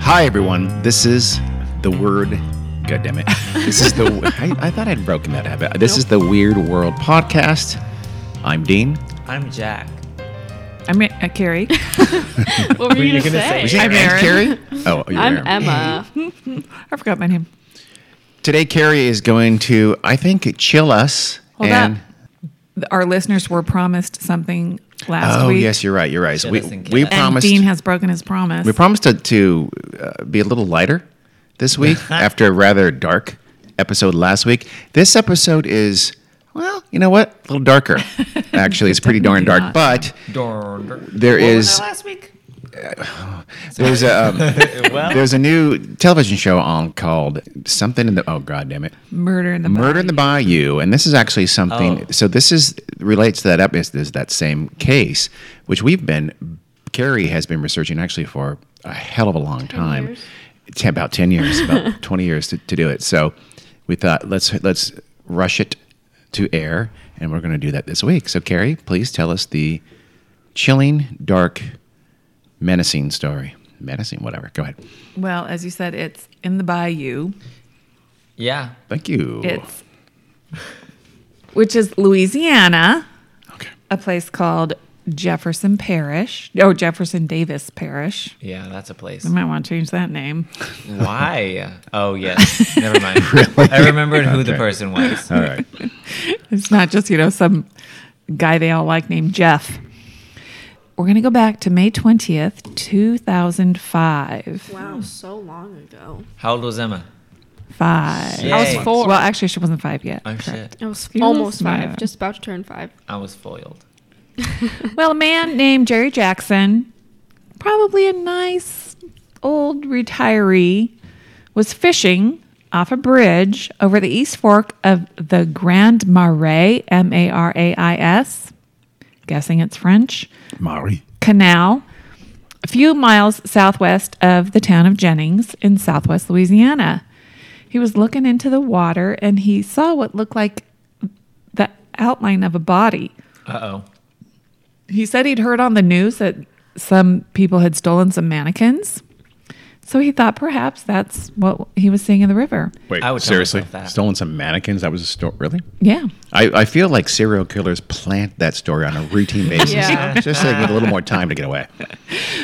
Hi, everyone. This is the word. God damn it. This is the. I, I thought I'd broken that habit. This is the Weird World podcast. I'm Dean. I'm Jack. I'm uh, Carrie. What were you you going to Mm-hmm. gonna say? say? I'm Aaron. Carrie? Oh, you're I'm Aaron. Emma. I forgot my name. Today, Carrie is going to, I think, chill us. Hold and up. Th- Our listeners were promised something last oh week. yes, you're right. You're right. So we us and we kill us. and promised Dean has broken his promise. we promised to, to uh, be a little lighter this week after a rather dark episode last week. This episode is well, you know what? A little darker. Actually, it's pretty darn dark, Definitely not. but Dorn. there is last week? there's a um, Uh, well, there's a new television show on called something in the oh god damn it Murder in the Murder in the Bayou, and this is actually something. Oh. So this is relates to that up is, is that same case, which we've been Carrie has been researching actually for a hell of a long time, years. Ten- about ten years, about twenty years to, to do it. So we thought let's let's rush it to air, and we're going to do that this week. So Carrie, please tell us the chilling, dark, menacing story. Menacing, whatever. Go ahead. Well, as you said, it's in the bayou. yeah. Thank you. It's which is Louisiana, okay. a place called Jefferson Parish. Oh, Jefferson Davis Parish. Yeah, that's a place. You might want to change that name. Why? Oh, yes. Never mind. I remembered who the person was. All right. It's not just, you know, some guy they all like named Jeff. We're going to go back to May 20th, 2005. Wow, so long ago. How old was Emma? Five. I was Yay. four. Well, actually, she wasn't five yet. Oh, Correct. shit. I was Excuse almost me. five, just about to turn five. I was foiled. Well, a man named Jerry Jackson, probably a nice old retiree, was fishing off a bridge over the East Fork of the Grand Marais, M A R A I S. Guessing it's French. Mari. Canal, a few miles southwest of the town of Jennings in southwest Louisiana. He was looking into the water and he saw what looked like the outline of a body. Uh oh. He said he'd heard on the news that some people had stolen some mannequins. So he thought perhaps that's what he was seeing in the river. Wait, I would tell seriously? myself that. Stolen some mannequins? That was a story? Really? Yeah. I, I feel like serial killers plant that story on a routine basis. Yeah. Just like with a little more time to get away.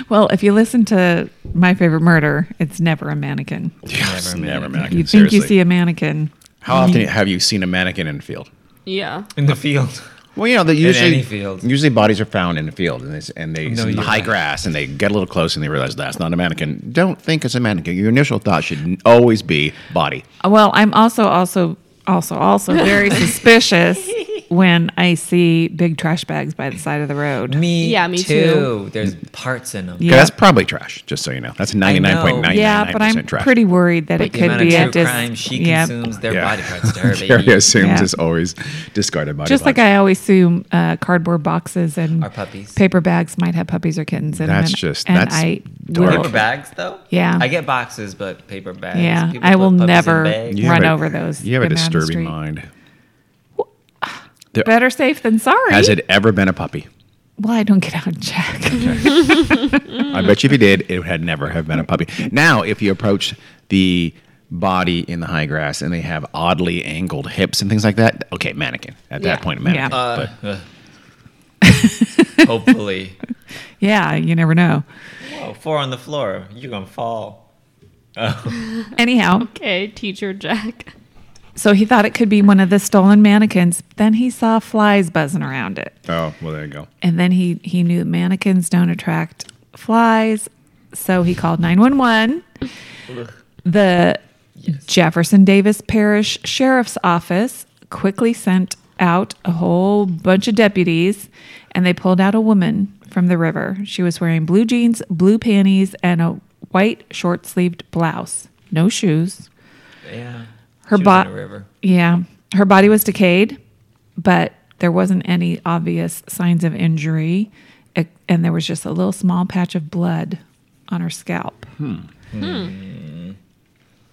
Well, if you listen to my favorite murder, it's never a mannequin. Yes, Never never mannequin. mannequin. You think seriously. you see a Mm. mannequin. How often have you seen a mannequin in a field? Yeah. In the field. Well, you know, they usually any field. usually bodies are found in a field and they and they No, in the you're high right. grass and they get a little close and they realize that's not a mannequin. Don't think it's a mannequin. Your initial thought should always be body. Well, I'm also also also also very suspicious when I see big trash bags by the side of the road. Me, Yeah, me too. There's parts in them. Yeah. Okay, That's probably trash. Just so you know, that's ninety nine point nine Yeah, nine but I'm percent trash. pretty worried that it The could amount of be true a dis- crime she yeah. consumes, their Yeah. body parts to her Carrie baby. assumes Yeah. it's always discarded body. Just like parts. I always assume uh, cardboard boxes and Are puppies. paper bags might have puppies or kittens in them. That's and- just- and that's I dark. Paper bags, though? Yeah. I get boxes, but paper bags. Yeah, People I put will puppies in never bags. You have run a- over those. You have a going down the disturbing street. mind. Better safe than sorry. Has it ever been a puppy? Well, I don't get out, Jack. I bet you if you did, it had never have been a puppy. Now, if you approach the body in the high grass and they have oddly angled hips and things like that, okay, mannequin. At that Yeah. point, mannequin. Yeah. Uh, ugh. hopefully. yeah, you never know. Whoa, four on the floor. You're going to fall. Anyhow, Okay, teacher Jack. So he thought it could be one of the stolen mannequins. Then he saw flies buzzing around it. But, oh, well, there you go. And then he, he knew mannequins don't attract flies. So he called 911. The Jefferson Davis Parish Sheriff's Office quickly sent out a whole bunch of deputies and they pulled out a woman from the river. She was wearing blue jeans, blue panties, and a white short sleeved blouse, no shoes. Yeah. Her She was in bot- a river. Yeah. Her body was decayed, but there wasn't any obvious signs of injury. It- and there was just a little small patch of blood on her scalp.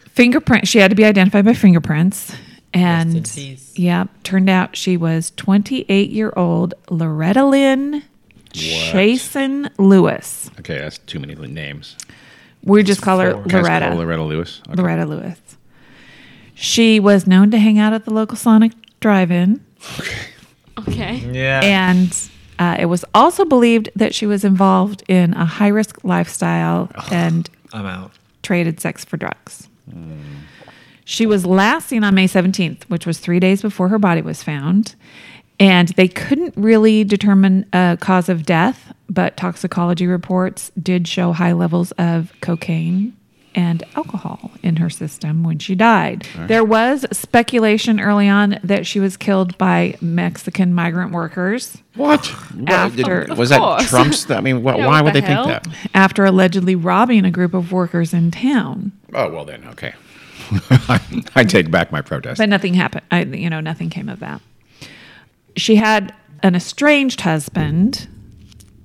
Fingerprint. She had to be identified by fingerprints. And peace. yeah, turned out she was 28 year old Loretta Lynn Chasen Lewis. Okay, that's too many names. We just call her Can Four. I just Loretta. call Loretta Lewis. Okay. Loretta Lewis. She was known to hang out at the local Sonic drive-in, Okay. Yeah. and uh, it was also believed that she was involved in a high-risk lifestyle and I'm out. traded sex for drugs. She was last seen on May 17th, which was three days before her body was found. And they couldn't really determine a cause of death, but toxicology reports did show high levels of cocaine and alcohol in her system when she died. There was speculation early on that she was killed by Mexican migrant workers. What? What? After- was Of that course. Trump's? I mean, wh- Yeah, why would what they the hell? think that? after allegedly robbing a group of workers in town. Oh, well, then, okay. I take back my protest. But nothing happened. I, you know, nothing came of that. She had an estranged husband.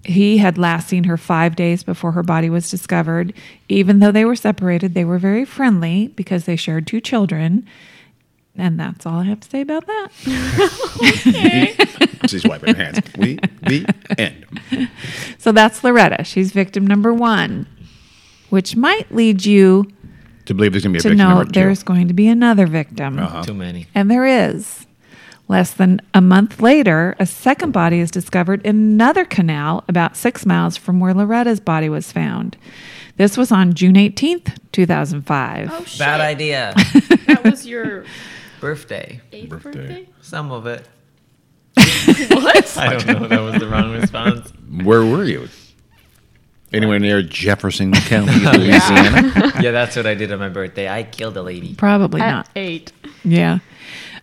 He had last seen her five days before her body was discovered. Even though they were separated, they were very friendly because they shared two children. And that's all I have to say about that. She's wiping her hands. We, the end. So that's Loretta. She's victim number one, which might lead you To believe there's going to be a to victim know number two. Uh-huh. there's going to be another victim. Oh. Too many. And there is. Less than a month later, a second body is discovered in another canal about six miles from where Loretta's body was found. This was on June 18th, 2005. Oh shit. Bad idea. That was your Birthday. eighth Birthday. birthday. Some of it. What? I don't know. That was the wrong response. Where were you? Anywhere near Jefferson County, Louisiana? yeah, that's what I did on my birthday. I killed a lady. Probably At not. eight. Yeah.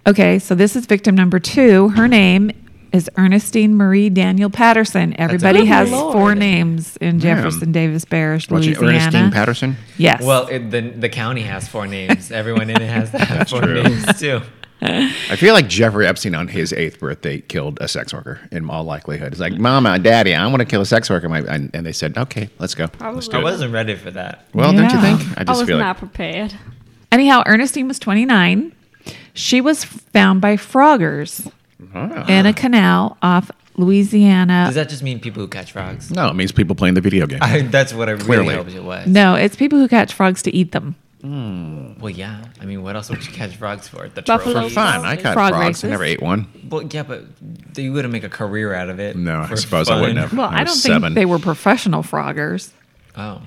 Okay, so this is victim number two. Her name is Ernestine Marie Daniel Patterson. Everybody Good has Lord. four names in Jefferson Davis Parish, Watch it, Louisiana. Ernestine Patterson? Yes. Well, it, the the county has four names. Everyone in it has to have That's four true. names too. I feel like Jeffrey Epstein on his eighth birthday killed a sex worker in all likelihood. It's like, Mama, Daddy, I want to kill a sex worker. My, and, and they said, okay, let's go. Let's Probably. do I it. wasn't ready for that. Well, don't you Yeah. think? I I just was feel like not prepared. Anyhow, Ernestine was 29. She was found by froggers Ah. in a canal off Louisiana. Does that just mean people who catch frogs? no, it means people playing the video game. I, that's what I Clearly. really hoped it was. no, it's people who catch frogs to eat them. Well, yeah. I mean, what else would you catch frogs for? The Buffalo trophy. Fine, I caught Frog frogs. races. I never ate one. Well, yeah, but you wouldn't make a career out of it. No, I for suppose I wouldn't have. Well, I, was don't seven. think they were professional froggers. Oh,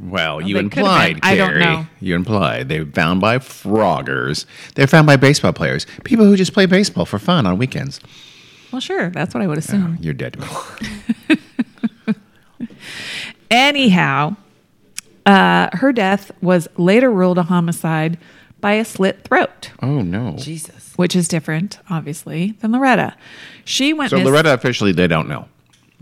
Well, you they could've implied, been. I don't Carrie. know. You implied they were found by froggers. They're found by baseball players, people who just play baseball for fun on weekends. Well, sure, that's what I would assume. You're dead to me. Anyhow, uh, her death was later ruled a homicide by a slit throat, Oh no! Jesus. which is different, obviously, than Loretta. She went So miss- Loretta officially, they don't know.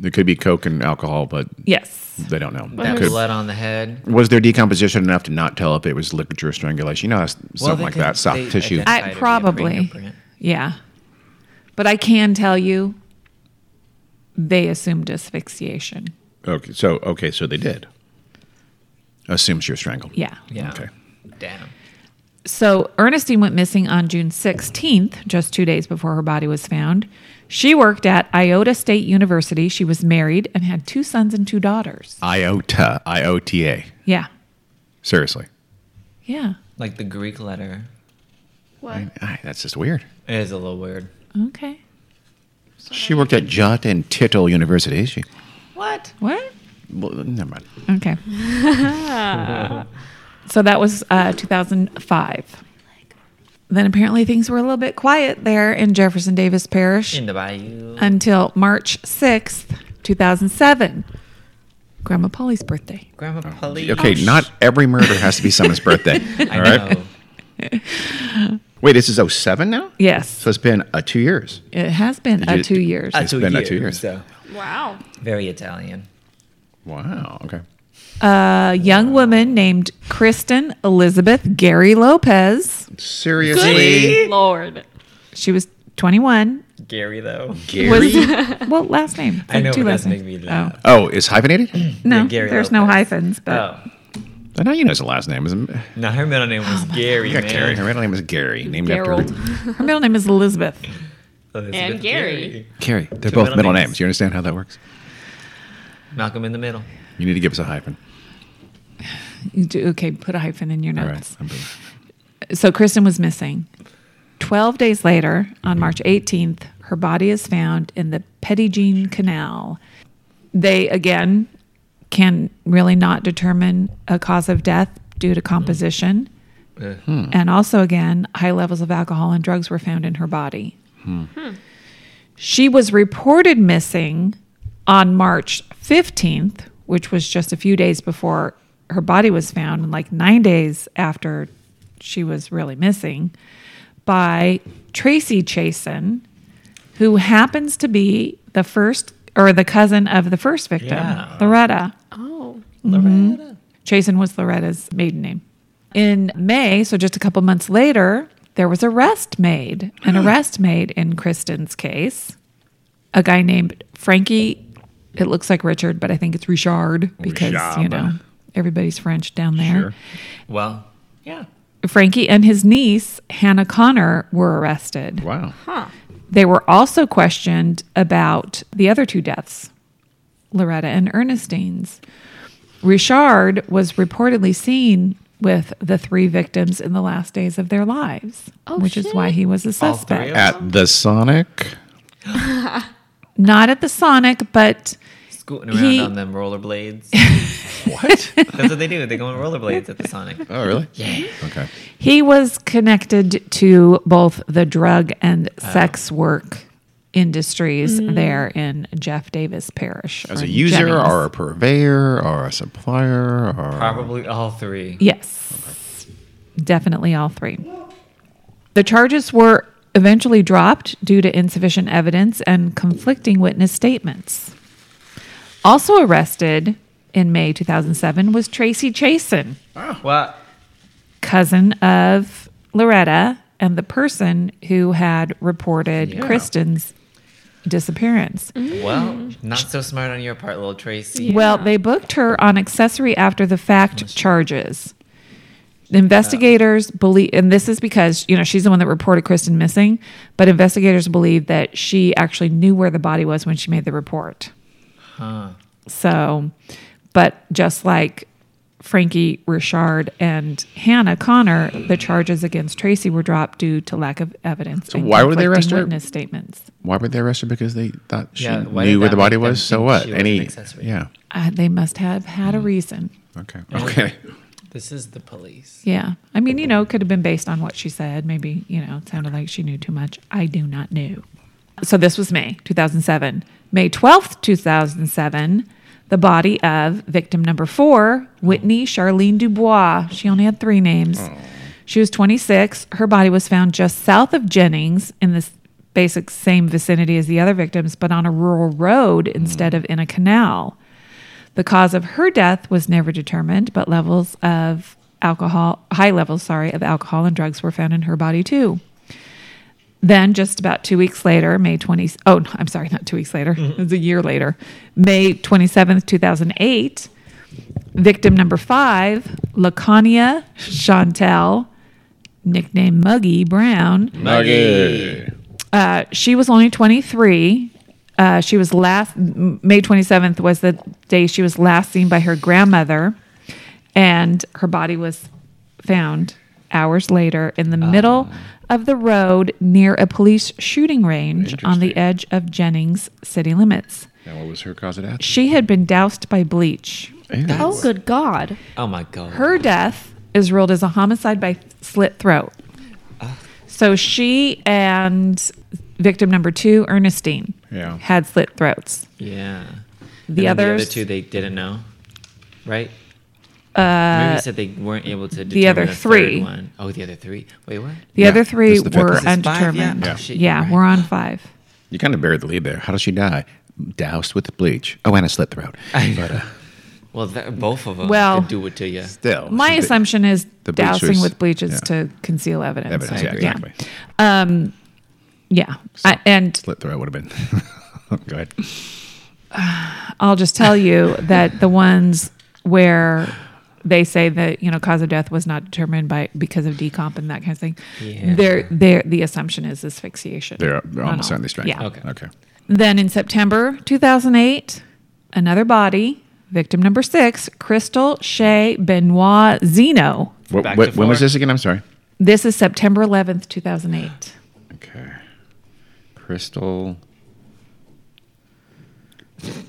It could be coke and alcohol, but Yes. they don't know. That Could- blood on the head. was there decomposition enough to not tell if it was ligature or strangulation? You know, that's something they like could- that, soft they tissue. identified it I via probably. fingerprint. Yeah. But I can tell you they assumed asphyxiation. okay, so okay, so they did. Assumes you're strangled. Yeah. Yeah. Okay. Damn. So Ernestine went missing on June 16th, just two days before her body was found. She worked at Iota State University. She was married and had two sons and two daughters. Iota, I O T A. Yeah. Seriously, Yeah. Like the Greek letter What? Ay, that's just weird. It is a little weird. Okay. She worked at Jot and Tittle University. She, What? What? well, never mind. Okay. so that was uh, 2005. Then apparently things were a little bit quiet there in Jefferson Davis Parish. In the bayou. until March 6th, 2007. Grandma Polly's birthday. Grandma Polly. Oh, Okay, not every murder has to be someone's birthday. Oh, I All right. know. Wait, this is 07 now? Yes, So it's been uh, two years. it has been uh, You- two years. It's been uh, two years. So Wow. very Italian. Wow. Okay. A young woman named Kristen Elizabeth Gary Lopez. Seriously? Lord. She was 21. Gary though. Gary? Was well, last name. I know, two but last that's names. make me Oh, laugh. oh, is hyphenated? no, Yeah, Gary there's no Lopez. hyphens, but Oh. I know you know his last name. Is it? No, her middle name Oh, was Gary, Yeah, man. Gary. Her middle name is Gary, named Gerald. after Oh. her middle name is Elizabeth. Elizabeth And Gary. Carrie. They're Two both middle middle names. names. You understand how that works? Malcolm in the middle. You need to give us a hyphen. You do- okay, put a hyphen in your All right. notes. I'm doing- So Kristen was missing. 12 days later, on March 18th, her body is found in the Pettigene Canal. They, again, can really not determine a cause of death due to composition. Uh, And also, again, high levels of alcohol and drugs were found in her body. She was reported missing on March 15th, which was just a few days before her body was found, and like nine days after she was really missing, by Tracy Chasen, who happens to be the first or the cousin of the first victim, Yeah. Loretta. Oh. Mm-hmm. Loretta. Chasen was Loretta's maiden name. In May, so just a couple months later, there was arrest made, an arrest made in Kristen's case. A guy named Frankie, it looks like Richard, but I think it's Richard because, you Richard. know, everybody's French down there. Sure. Well, yeah. Frankie and his niece, Hannah Connor, were arrested. Wow. They were also questioned about the other two deaths, Loretta and Ernestine's. Richard was reportedly seen with the three victims in the last days of their lives, Oh, which is why shit. he was a All three of suspect. them? At the Sonic. Not at the Sonic, but Scooting around He- on them rollerblades. What? That's what they do. They go on rollerblades at the Sonic. oh, really? Yeah. Okay. he was connected to both the drug and sex work industries Mm. there in Jeff Davis Parish. As or a user Jennings. or a purveyor or a supplier or Probably all three. Yes. Definitely all three. The charges were eventually dropped due to insufficient evidence and conflicting witness statements. Also arrested in May 2007 was Tracy Chasen, Well, cousin of Loretta and the person who had reported Kristen's disappearance. well, not so smart on your part, little Tracy. Well, Yeah. they booked her on accessory after the fact charges. Investigators believe, and this is because, you know, she's the one that reported Kristen missing, but investigators believe that she actually knew where the body was when she made the report. Huh. So, but just like Frankie Richard and Hannah Connor, the charges against Tracy were dropped due to lack of evidence. and why would they arrest conflicting her? Witness statements. why were they arrested? Because they thought she Yeah, why did knew where that the body make them was. So think what? she was an Any? accessory? Yeah. Uh, they must have had a reason. Okay. Okay. This is the police. Yeah. I mean, you know, it could have been based on what she said. Maybe, you know, it sounded like she knew too much. I do not know. So this was May 2007. May 12th, 2007, the body of victim number four, Whitney Charlene Dubois. She only had three names. She was 26. Her body was found just south of Jennings in this basic same vicinity as the other victims, but on a rural road instead of in a canal. The cause of her death was never determined, but levels of alcohol, high levels, sorry, of alcohol and drugs were found in her body too. Then, just about two weeks later, May 20, oh, no, I'm sorry, not two weeks later, it was a year later, May 27th, 2008, victim number five, Lacania Chantel, nicknamed Muggy Brown, Okay. uh, she was only 23. Uh, she was last, M- May 27th was the day she was last seen by her grandmother, and her body was found hours later in the middle of the road near a police shooting range on the Interesting. edge of Jennings city limits. Now, what was her cause of death? She had been doused by bleach. Oh, good God. Oh my god. Her death is ruled as a homicide by slit throat. So she and victim number two, Ernestine, Yeah. had slit throats. Yeah. The And then others, the other two, they didn't know, right? Uh, Maybe you said they weren't able to. Determine the other three. Third one. Oh, the other three. Wait, what? the Yeah, other three that's the fifth. were This is five, yeah? undetermined. Yeah. Yeah, Oh, shit, you're right. we're on five. You kind of buried the lead there. How does she die? Doused with bleach. Oh, and a slit throat. But uh, Well, that, both of them Well- could do it to you. still, My Oh, the- assumption is the bleach dousing was- with bleach is yeah. to conceal evidence. Evidence, I yeah, agree. Yeah, exactly. yeah. I, and Slit throat would have been. Go ahead. I'll just tell you that the ones where they say that you know cause of death was not determined by because of decomp and that kind of thing, Yeah. they're, they're, the assumption is asphyxiation. They're on all. almost certainly strangled. Yeah. Okay. Okay. Then in September 2008, another body, Victim number six, Crystal Shay Benoit Zeno. What, Back to when was four. this again? I'm sorry. This is September 11th, 2008. Okay. Crystal.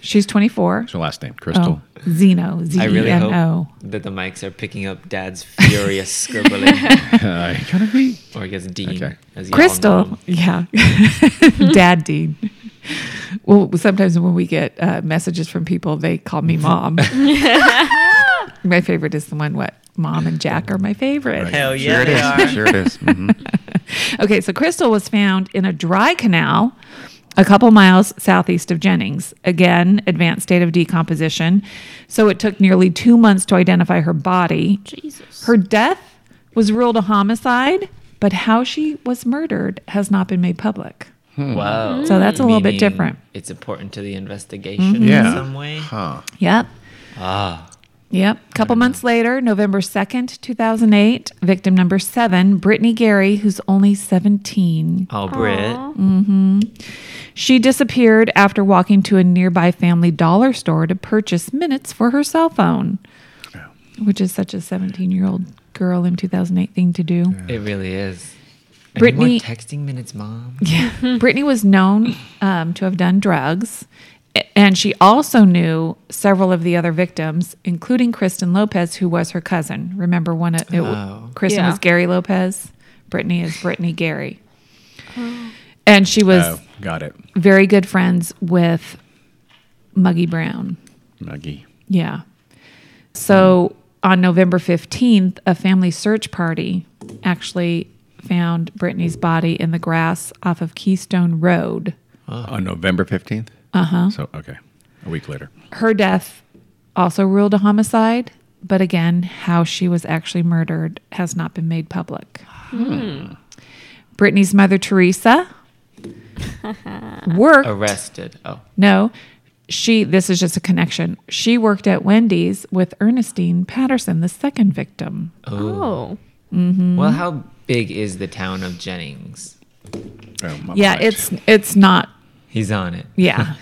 She's 24. What's her last name? Crystal. Oh, Zeno. Z I E really N hope O. that the mics are picking up Dad's furious scribbling, Uh, you gotta be- or I guess Dean. Okay. As you all know him. Crystal. Yeah. Dad Dean. Well, sometimes when we get uh, messages from people, they call me mom. my favorite is the one, what? Mom and Jack are my favorite. Right. Hell sure yeah, it they is. are. Sure it is. Mhm. Okay, so Crystal was found in a dry canal a couple miles southeast of Jennings. Again, advanced state of decomposition. So it took nearly two months to identify her body. Jesus. Her death was ruled a homicide, but how she was murdered has not been made public. Wow. So that's a little bit Meaning different. It's important to the investigation Mm-hmm. Yeah. in some way. Huh. Yep. Ah, Yep. A couple months later, November 2nd, 2008, victim number seven, Brittany Gary, who's only 17. oh, Brit. Aw. She disappeared after walking to a nearby family dollar store to purchase minutes for her cell phone, which is such a 17 year old girl in 2008 thing to do. It really is. Brittany- Any more texting minutes, mom. Mm-hmm. Brittany was known um, to have done drugs, a- and she also knew several of the other victims, including Kristen Lopez, who was her cousin. Remember, one of, it, Oh. Kristen Yeah. was Gary Lopez, Brittany is Brittany Gary. And she was Oh, got it. very good friends with Muggy Brown. Muggy. Yeah. So on November 15th, a family search party actually found Brittany's body in the grass off of Keystone Road. Oh. On November 15th? Uh Uh-huh. huh. So, okay. A week later. Her death also ruled a homicide, but again, how she was actually murdered has not been made public. Brittany's mother, Teresa, worked. Arrested. Oh, No, she, this is just a connection. She worked at Wendy's with Ernestine Patterson, the second victim. Oh. Mm-hmm. well, how big is the town of Jennings? Oh, my Yeah, mind. it's it's not. He's on it. Yeah,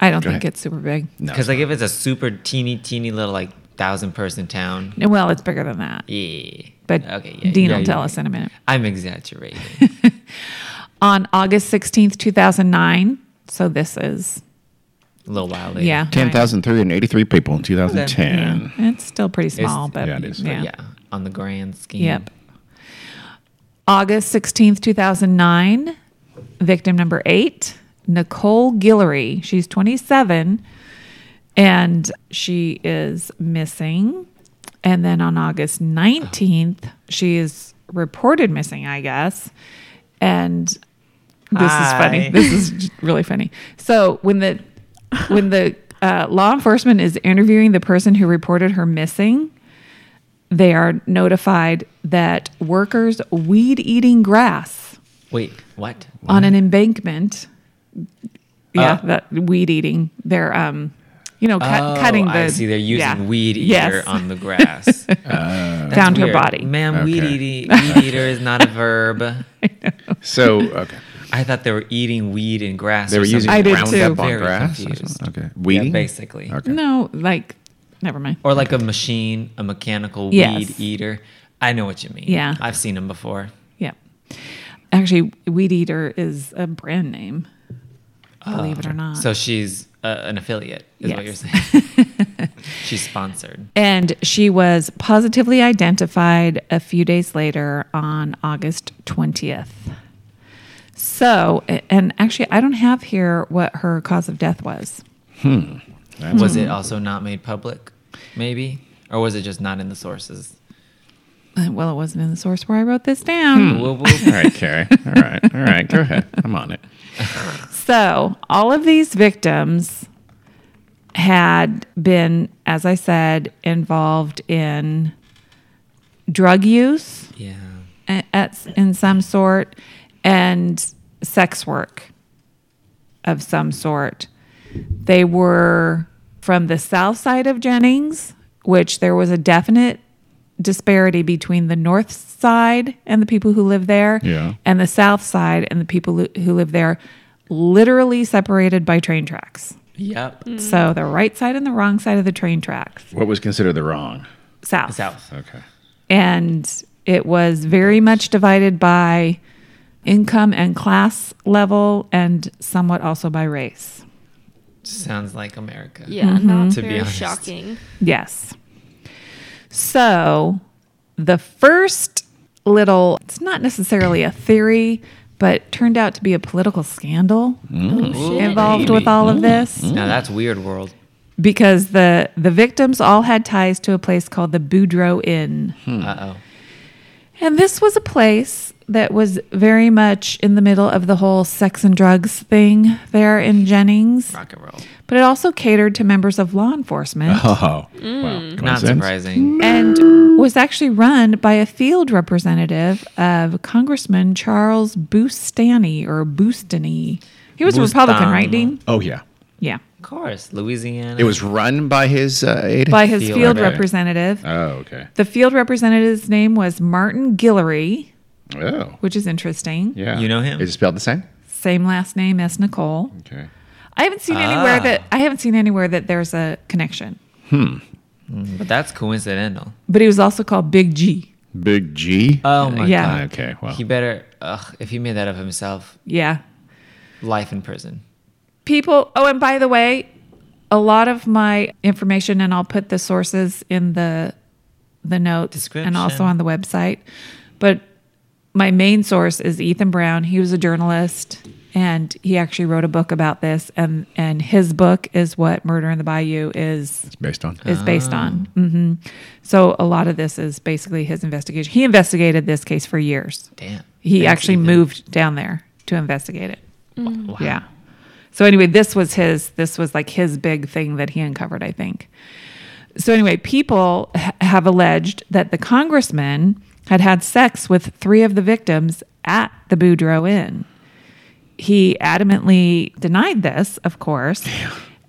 I don't Go think ahead. it's super big. No, Because like if it's a super teeny teeny little like thousand person town, No, Well, it's bigger than that, yeah. but yeah, Dean yeah, will tell yeah. us in a minute. I'm exaggerating. On August sixteenth, two thousand nine. So this is a little while later. yeah, Ten thousand three hundred eighty-three people in 2010. Yeah, it's still pretty small, but yeah, it is. Yeah. On the grand scheme. Yep. August 16th, 2009, victim number eight, Nicole Guillory. She's 27 and she is missing. And then on August 19th, she is reported missing, I guess. And this Hi. is funny. This is j- really funny. So when the when the uh, law enforcement is interviewing the person who reported her missing, they are notified that workers weed eating grass Wait, what? on an embankment. Yeah, Oh. that weed eating. They're um, you know, cut, oh, cutting the. I see. They're using yeah. weed eater Yes. on the grass. found her Weird. body. Ma'am, weed, Okay. eating, weed eater is not a verb. So, okay. I thought they were eating weed and grass. They or were using something. I did Roundup too. on Very grass? or confused. something? Okay. Yeah, Weeding? basically. Okay. No, like, never mind. Or like a machine, a mechanical Yes. weed eater. I know what you mean. Yeah. I've seen them before. Yeah. Actually, Weed Eater is a brand name, believe it or not. Oh. So she's uh, an affiliate, is what you're Yes. saying. she's sponsored. and she was positively identified a few days later on August 20th. So, a- and actually, I don't have here what her cause of death was. That's- Was it also not made public, maybe? Or was it just not in the sources? Uh, Well, it wasn't in the source where I wrote this down. Whoa, whoa. all right, Carrie. All right. All right. Go ahead. I'm on it. So, all of these victims had been, as I said, involved in drug use yeah. a- at, in some sort and sex work of some sort. They were from the south side of Jennings, which there was a definite disparity between the north side and the people who live there Yeah. and the south side and the people who- who live there, literally separated by train tracks. Yep. So the right side and the wrong side of the train tracks, What was considered the wrong? south. South. Okay. And it was very much divided by income and class level and somewhat also by race. Sounds like America. Yeah, not To be very honest. shocking. Yes. So the first little, it's not necessarily a theory, but turned out to be a political scandal Oh, shit. involved with all of this. Now that's weird world. because the the victims all had ties to a place called the Boudreaux Inn. Uh oh. And this was a place that was very much in the middle of the whole sex and drugs thing there in Jennings, Rock and roll. but it also catered to members of law enforcement Oh, wow. Mm. Not Mm. surprising. and was actually run by a field representative of Congressman Charles Bustani or Bustany. He was a Republican, right, Bustano. Dean? Oh, yeah. Yeah. Of course. Louisiana. It was run by his uh, aide? By his Field field rep. representative. Oh, okay. The field representative's name was Martin Guillory, Oh, which is interesting. yeah. You know him? Is it spelled the same? Same last name as Nicole. Okay. I haven't seen anywhere Ah. that I haven't seen anywhere that there's a connection. But that's coincidental. But he was also called Big G. Big G? Ah, Oh my Yeah. god. Okay, well. He better ugh, if he made that of himself, Yeah. life in prison. People oh and by the way, a lot of my information and I'll put the sources in the the notes and also Description. on the website. But my main source is Ethan Brown. He was a journalist and he actually wrote a book about this and and his book is what Murder in the Bayou is It's based on. is based on. Oh. hmm So a lot of this is basically his investigation. He investigated this case for years. Damn. He Thanks, actually Ethan. moved down there to investigate it. Wow. Yeah. So anyway, this was his this was like his big thing that he uncovered, I think. So anyway, people h- have alleged that the congressman had had sex with three of the victims at the Boudreaux Inn. He adamantly denied this, of course,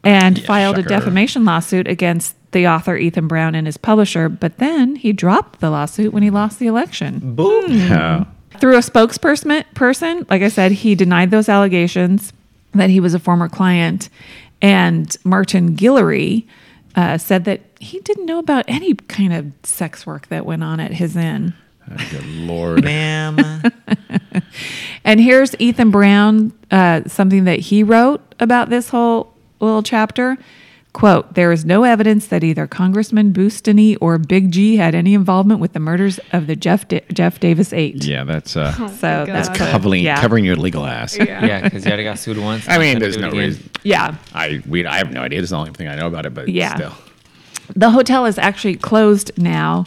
and filed shocker. a defamation lawsuit against the author Ethan Brown and his publisher, but then he dropped the lawsuit when he lost the election. Oh. Through a spokesperson, person, like I said, he denied those allegations that he was a former client. And Martin Guillory uh, said that he didn't know about any kind of sex work that went on at his inn. Good Lord. Ma'am. And here's Ethan Brown, uh, something that he wrote about this whole little chapter. Quote, there is no evidence that either Congressman Bustany or Big G had any involvement with the murders of the Jeff, da- Jeff Davis Eight. Yeah, that's uh, Oh my So that's God. covering, Yeah. covering your legal ass. Yeah. yeah, because you already got sued once. I mean, Gotta there's do it no again. reason. Yeah. I we I have no idea. It's the only thing I know about it, but Yeah. still. the hotel is actually closed now,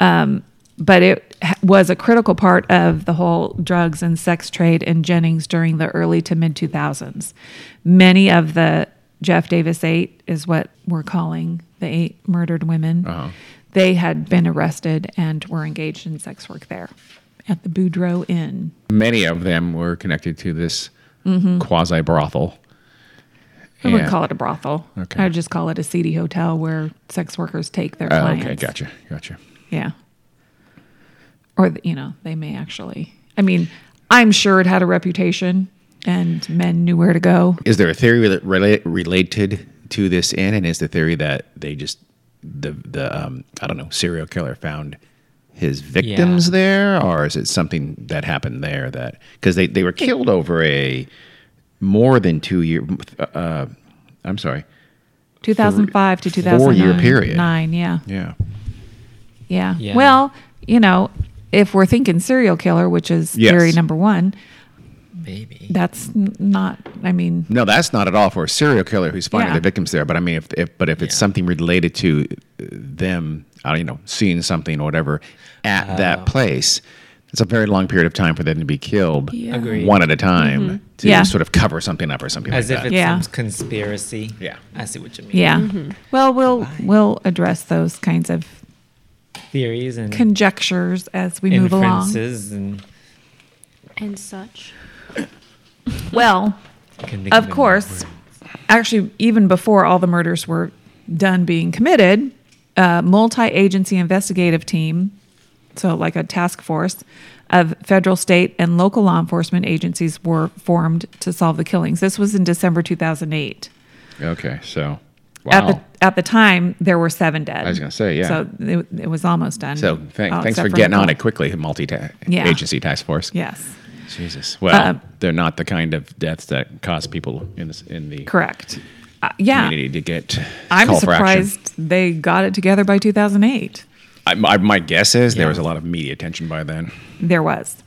um, but it ha- was a critical part of the whole drugs and sex trade in Jennings during the early to mid 2000s. Many of the Jeff Davis Eight is what we're calling the eight murdered women. Uh-huh. They had been arrested and were engaged in sex work there at the Boudreaux Inn. Many of them were connected to this quasi brothel. I wouldn't call it a brothel. Okay. I would just call it a seedy hotel where sex workers take their Oh, clients. okay, gotcha, gotcha. Yeah. Or, th- you know, they may actually. I mean, I'm sure it had a reputation and men knew where to go. Is there a theory rela- rela- related to this inn, and is the theory that they just the the um, I don't know serial killer found his victims Yeah. there, or is it something that happened there that because they they were killed over a more than two year? Uh, I'm sorry. 2005 to 2009. four-year period. Nine, yeah. Yeah. Yeah. Yeah. Well, you know, if we're thinking serial killer, which is Yes. theory number one, Maybe. that's n- not, I mean, No, that's not at all for a serial killer who's finding Yeah. the victims there. But I mean, if, if but if it's Yeah. something related to uh, them, I don't you know, seeing something or whatever at Uh. that place, it's a very long period of time for them to be killed, Yeah. Mm-hmm. Agreed. one at a time, to Yeah. sort of cover something up or something As like if that. it's Yeah. some conspiracy. Yeah. I see what you mean. yeah. Mm-hmm. Well, we'll we'll address those kinds of Theories and conjectures as we move along. inferences and And such. Well, can think of any course, word. actually, even before all the murders were done being committed, a multi agency investigative team, so like a task force of federal, state, and local law enforcement agencies were formed to solve the killings. This was in December 2008. Okay, so At wow. the at the time, there were seven dead. I was gonna say, yeah. So it, it was almost done. so thank, Oh, thanks except for getting Nicole. on it quickly, multi Yeah. agency task force. Yes, Jesus. Well, Um, they're not the kind of deaths that cause people in this, in the correct. Uh, yeah, community to get I'm call for action. surprised they got it together by 2008. I, my, my guess is there Yeah. was a lot of media attention by then. There was.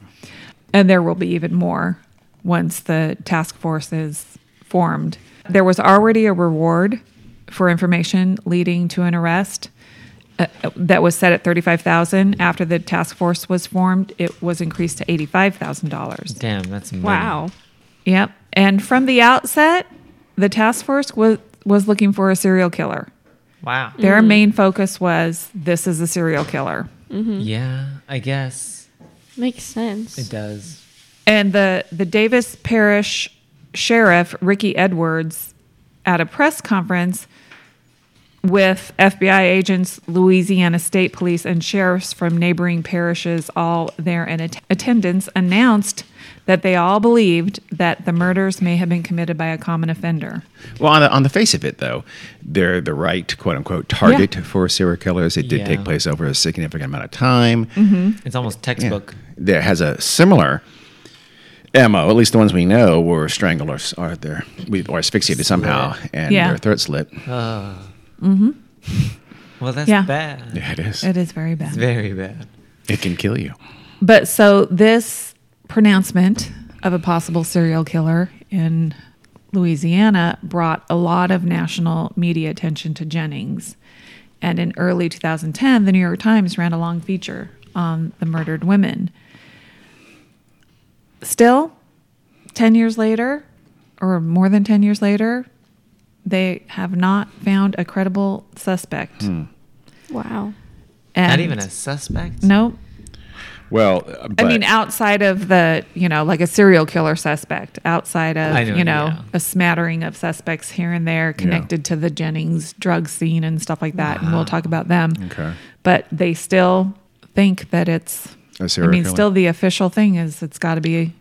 And there will be even more once the task force is formed. There was already a reward for information leading to an arrest uh, that was set at 35,000 after the task force was formed. It was increased to $85,000. Damn, that's money. Wow. Yep. And from the outset, the task force was was looking for a serial killer. Wow. Their main focus was this is a serial killer. Yeah, I guess Makes sense. it does. And the, the Davis Parish Sheriff, Ricky Edwards, at a press conference with FBI agents, Louisiana State Police, and sheriffs from neighboring parishes all there in at- attendance, announced that they all believed that the murders may have been committed by a common offender. Well, on the, on the face of it, though, they're the right quote unquote target for serial killers. It did Yeah. take place over a significant amount of time. Mm-hmm. It's almost Yeah. textbook. That has a similar MO, at least the ones we know were strangled or, s- or, they're, we- or asphyxiated somehow and Yeah. their throat slit. Well, that's Yeah. bad. Yeah, it is. It is very It's bad. very bad. It can kill you. But so this pronouncement of a possible serial killer in Louisiana brought a lot of national media attention to Jennings. And in early 2010, the New York Times ran a long feature on the murdered women. Still, 10 years later, or more than 10 years later, they have not found a credible suspect. Wow. And Not Hmm. even a suspect. Nope. Well, uh, I mean, outside of the, you know, like a serial killer suspect, outside of, I know, you know, yeah. a smattering of suspects here and there connected to the Jennings drug scene and stuff like that. And we'll talk about them. Okay. But they still think that it's, A serial I mean, killer. still the official thing is it's got to be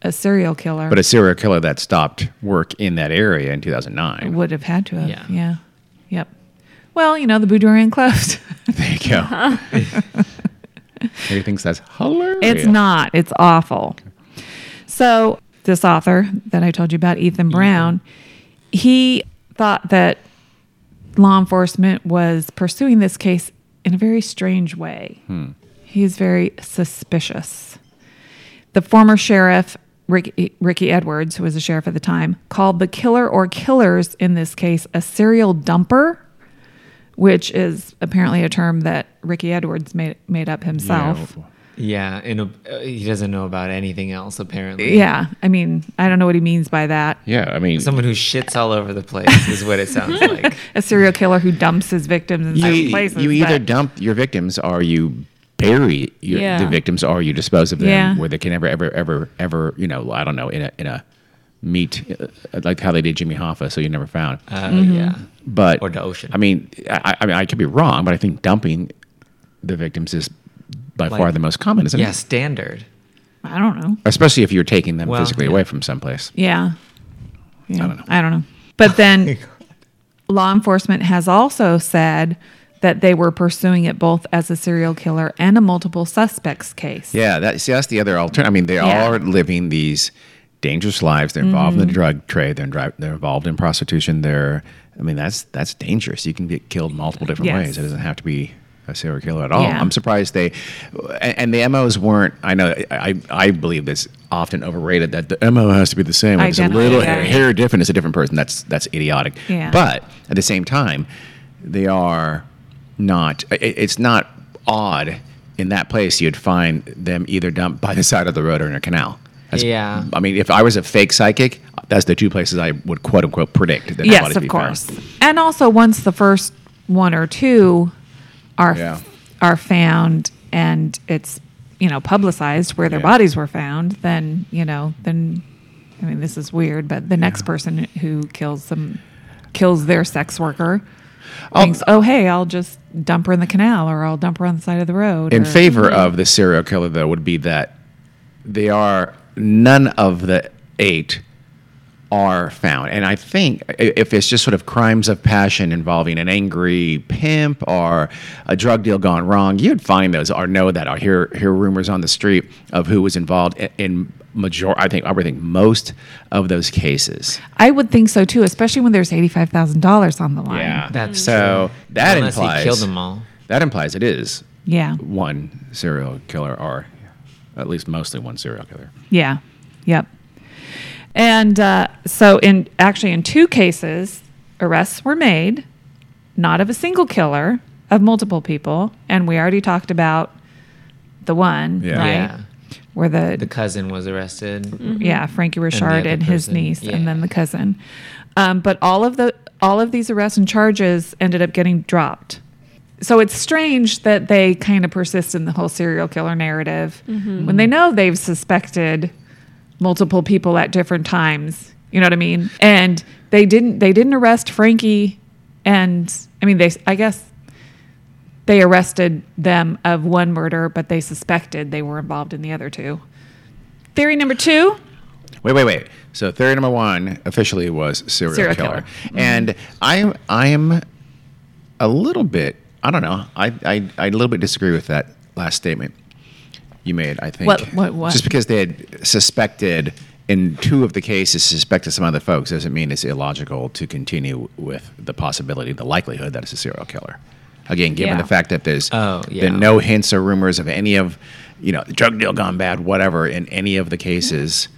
a serial killer. but a serial killer that stopped work in that area in 2009. would have had to have. Yeah. Yeah. Yep. Well, you know, the Boudouin closed. There you go. He thinks that's hilarious. It's not. It's awful. So this author that I told you about, Ethan Brown, he thought that law enforcement was pursuing this case in a very strange way. He's very suspicious. The former sheriff, Ricky, Ricky Edwards, who was a sheriff at the time, called the killer or killers in this case a serial dumper, which is apparently a term that Ricky Edwards made, made up himself. oh Yeah, and uh, he doesn't know about anything else apparently. Yeah, I mean, I don't know what he means by that. Yeah, I mean, Someone who shits all over the place is what it sounds like. A serial killer who dumps his victims in certain you, e, places. you either but- dump your victims or you bury your, Yeah. the victims or you dispose of them Yeah. where they can never, ever, ever, ever, you know, I don't know, in a, in a meet, uh, like how they did Jimmy Hoffa, so you never found. Uh, Mm-hmm. Yeah. but Or the ocean. I mean, I, I mean, I could be wrong, but I think dumping the victims is by Like- far the most common, isn't Yeah, it? standard. I don't know. Especially if you're taking them Well, physically yeah. away from someplace. Yeah. yeah. don't know. I don't know. But then law enforcement has also said that they were pursuing it both as a serial killer and a multiple suspects case. Yeah, that see that's the other alternative. I mean, they Yeah. Mm-hmm. are living these dangerous lives. They're involved in the drug trade. They're, dri- they're involved in prostitution. They're, I mean, that's that's dangerous. You can get killed multiple different Yes. ways. It doesn't have to be a serial killer at all. Yeah. I'm surprised they, and, and the MOs weren't. I know I I believe this often overrated that the MO has to be the same. It's a Identical, little yeah. hair different. It's a different person. That's that's idiotic. Yeah. But at the same time, they are not. i- i- It's not odd in that place. You'd find them either dumped by the side of the road or in a canal. That's, Yeah. I mean, if I was a fake psychic, that's the two places I would quote unquote predict that yes, bodies of be course. Found. And also, once the first one or two are Yeah. are found, and it's you know publicized where their Yeah. bodies were found, then you know then I mean this is weird, but the next person who kills them kills their sex worker. Thinks, oh hey, I'll just dump her in the canal, or I'll dump her on the side of the road. In or- favor of the serial killer, though, would be that they are none of the eight are found. And I think i- if it's just sort of crimes of passion involving an angry pimp or a drug deal gone wrong, you'd find those or know that or hear hear rumors on the street of who was involved i- in major I think I would think most of those cases. I would think so too, especially when there's eighty-five thousand dollars on the line. That's so true. that Unless implies he killed them all. that implies it is yeah, one serial killer or at least mostly one serial killer. yeah, yep. And uh, so, in actually, in two cases, arrests were made, not of a single killer, of multiple people, and we already talked about the one, Yeah. right? Yeah. Where the, The cousin was arrested. yeah Frankie Richard other and, his person. niece, and then Yeah. the cousin. Um, but all of the all of these arrests and charges ended up getting dropped. So it's strange that they kind of persist in the whole serial killer narrative when they know they've suspected multiple people at different times. You know what I mean? And they didn't they didn't arrest Frankie, and I mean they I guess. They arrested them of one murder, but they suspected they were involved in the other two. Theory number two Wait, wait, wait. So theory number one officially was serial, Serial killer. killer. Mm-hmm. And I'm I'm a little bit I don't know. I, I I a little bit disagree with that last statement you made, I think. What- what- what? Just because they had suspected in two of the cases suspected some other folks doesn't mean it's illogical to continue with the possibility, the likelihood that it's a serial killer. Again, given Yeah. the fact that there's Oh, there yeah. are no hints or rumors of any of you know, the drug deal gone bad, whatever, in any of the cases.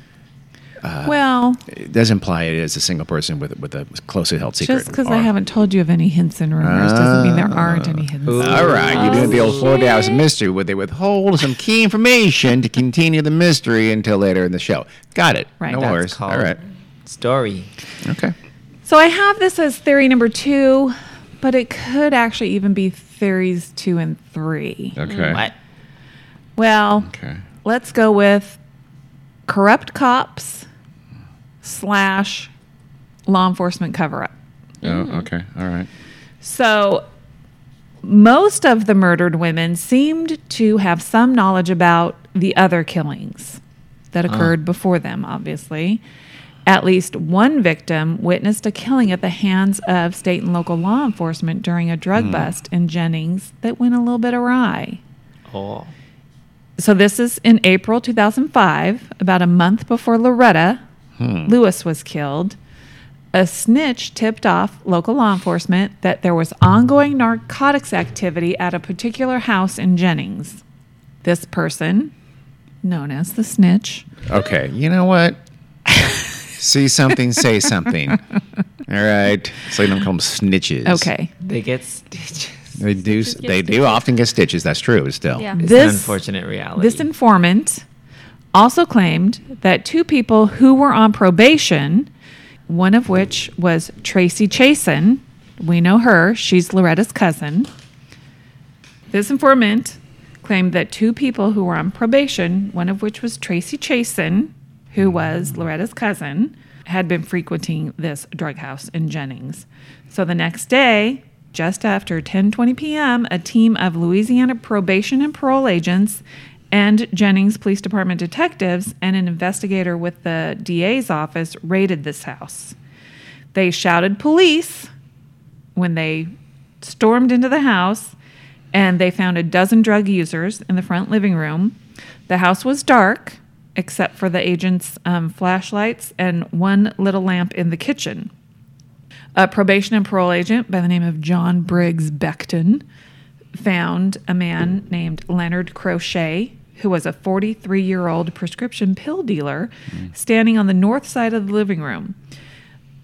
Well, It does imply it is a single person with with a closely held secret. just because I Or- haven't told you of any hints and rumors doesn't mean there aren't any hints. All right, you're doing the old four hours of mystery where they withhold some key information to continue the mystery until later in the show. Got it. Right. No That's worries. All right. Story. Okay. So I have this as theory number two, but it could actually even be theories two and three. Okay. What? Well, Okay. let's go with corrupt cops slash law enforcement cover up. Mm. Oh, okay. All right. So most of the murdered women seemed to have some knowledge about the other killings that occurred before them, obviously. At least one victim witnessed a killing at the hands of state and local law enforcement during a drug bust in Jennings that went a little bit awry. Oh. So this is in April 2005, about a month before Loretta Lewis was killed. A snitch tipped off local law enforcement that there was ongoing narcotics activity at a particular house in Jennings. This person, known as the snitch, Okay. You know what? See something, say something. All right. So you don't call them snitches. okay, They get stitches. They do. Snitches get They do often get stitches. That's true. Still. Yeah. It's This- an unfortunate reality. this informant also claimed that two people who were on probation, one of which was Tracy Chasin, we know her, she's Loretta's cousin. This informant claimed that two people who were on probation, one of which was Tracy Chasin, who was Loretta's cousin, had been frequenting this drug house in Jennings. So the next day, just after 10:20 p.m., a team of Louisiana probation and parole agents and Jennings Police Department detectives and an investigator with the DA's office raided this house. They shouted police when they stormed into the house and they found a dozen drug users in the front living room. The house was dark except for the agent's um, flashlights and one little lamp in the kitchen. A probation and parole agent by the name of John Briggs Beckton found a man named Leonard Crochet, who was a 43 year old prescription pill dealer, standing on the north side of the living room.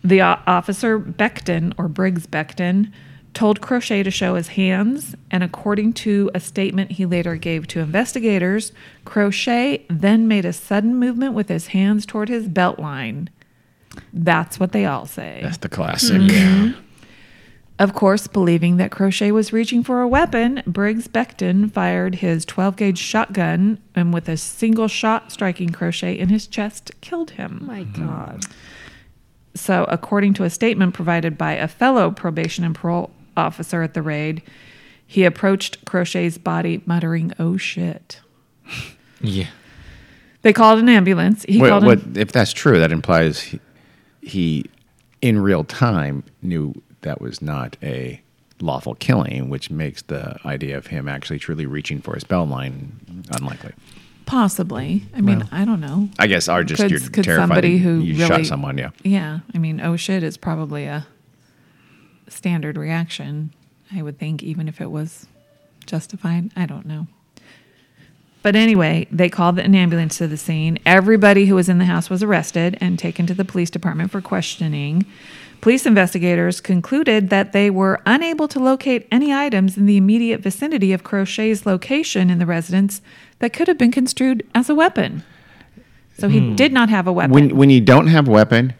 The o- officer Beckton, or Briggs Beckton, told Crochet to show his hands, and according to a statement he later gave to investigators, Crochet then made a sudden movement with his hands toward his belt line. That's what they all say. That's the classic. Mm-hmm. Of course, believing that Crochet was reaching for a weapon, Briggs Beckton fired his 12 gauge shotgun and, with a single shot striking Crochet in his chest, killed him. Oh My God. So, according to a statement provided by a fellow probation and parole officer at the raid, he approached Crochet's body muttering, Oh shit. Yeah. They called an ambulance. He Wait, called what, an- if that's true, that implies he, he, in real time, knew that was not a lawful killing, which makes the idea of him actually truly reaching for his bell line unlikely. Possibly. I mean, Well, I don't know. I guess are just could you're could terrified somebody and who you really, shot someone, yeah. Yeah. I mean, oh shit is probably a standard reaction, I would think, even if it was justified. I don't know. But anyway, they called an ambulance to the scene. Everybody who was in the house was arrested and taken to the police department for questioning. Police investigators concluded that they were unable to locate any items in the immediate vicinity of Crochet's location in the residence that could have been construed as a weapon. So he did not have a weapon. When when you don't have a weapon,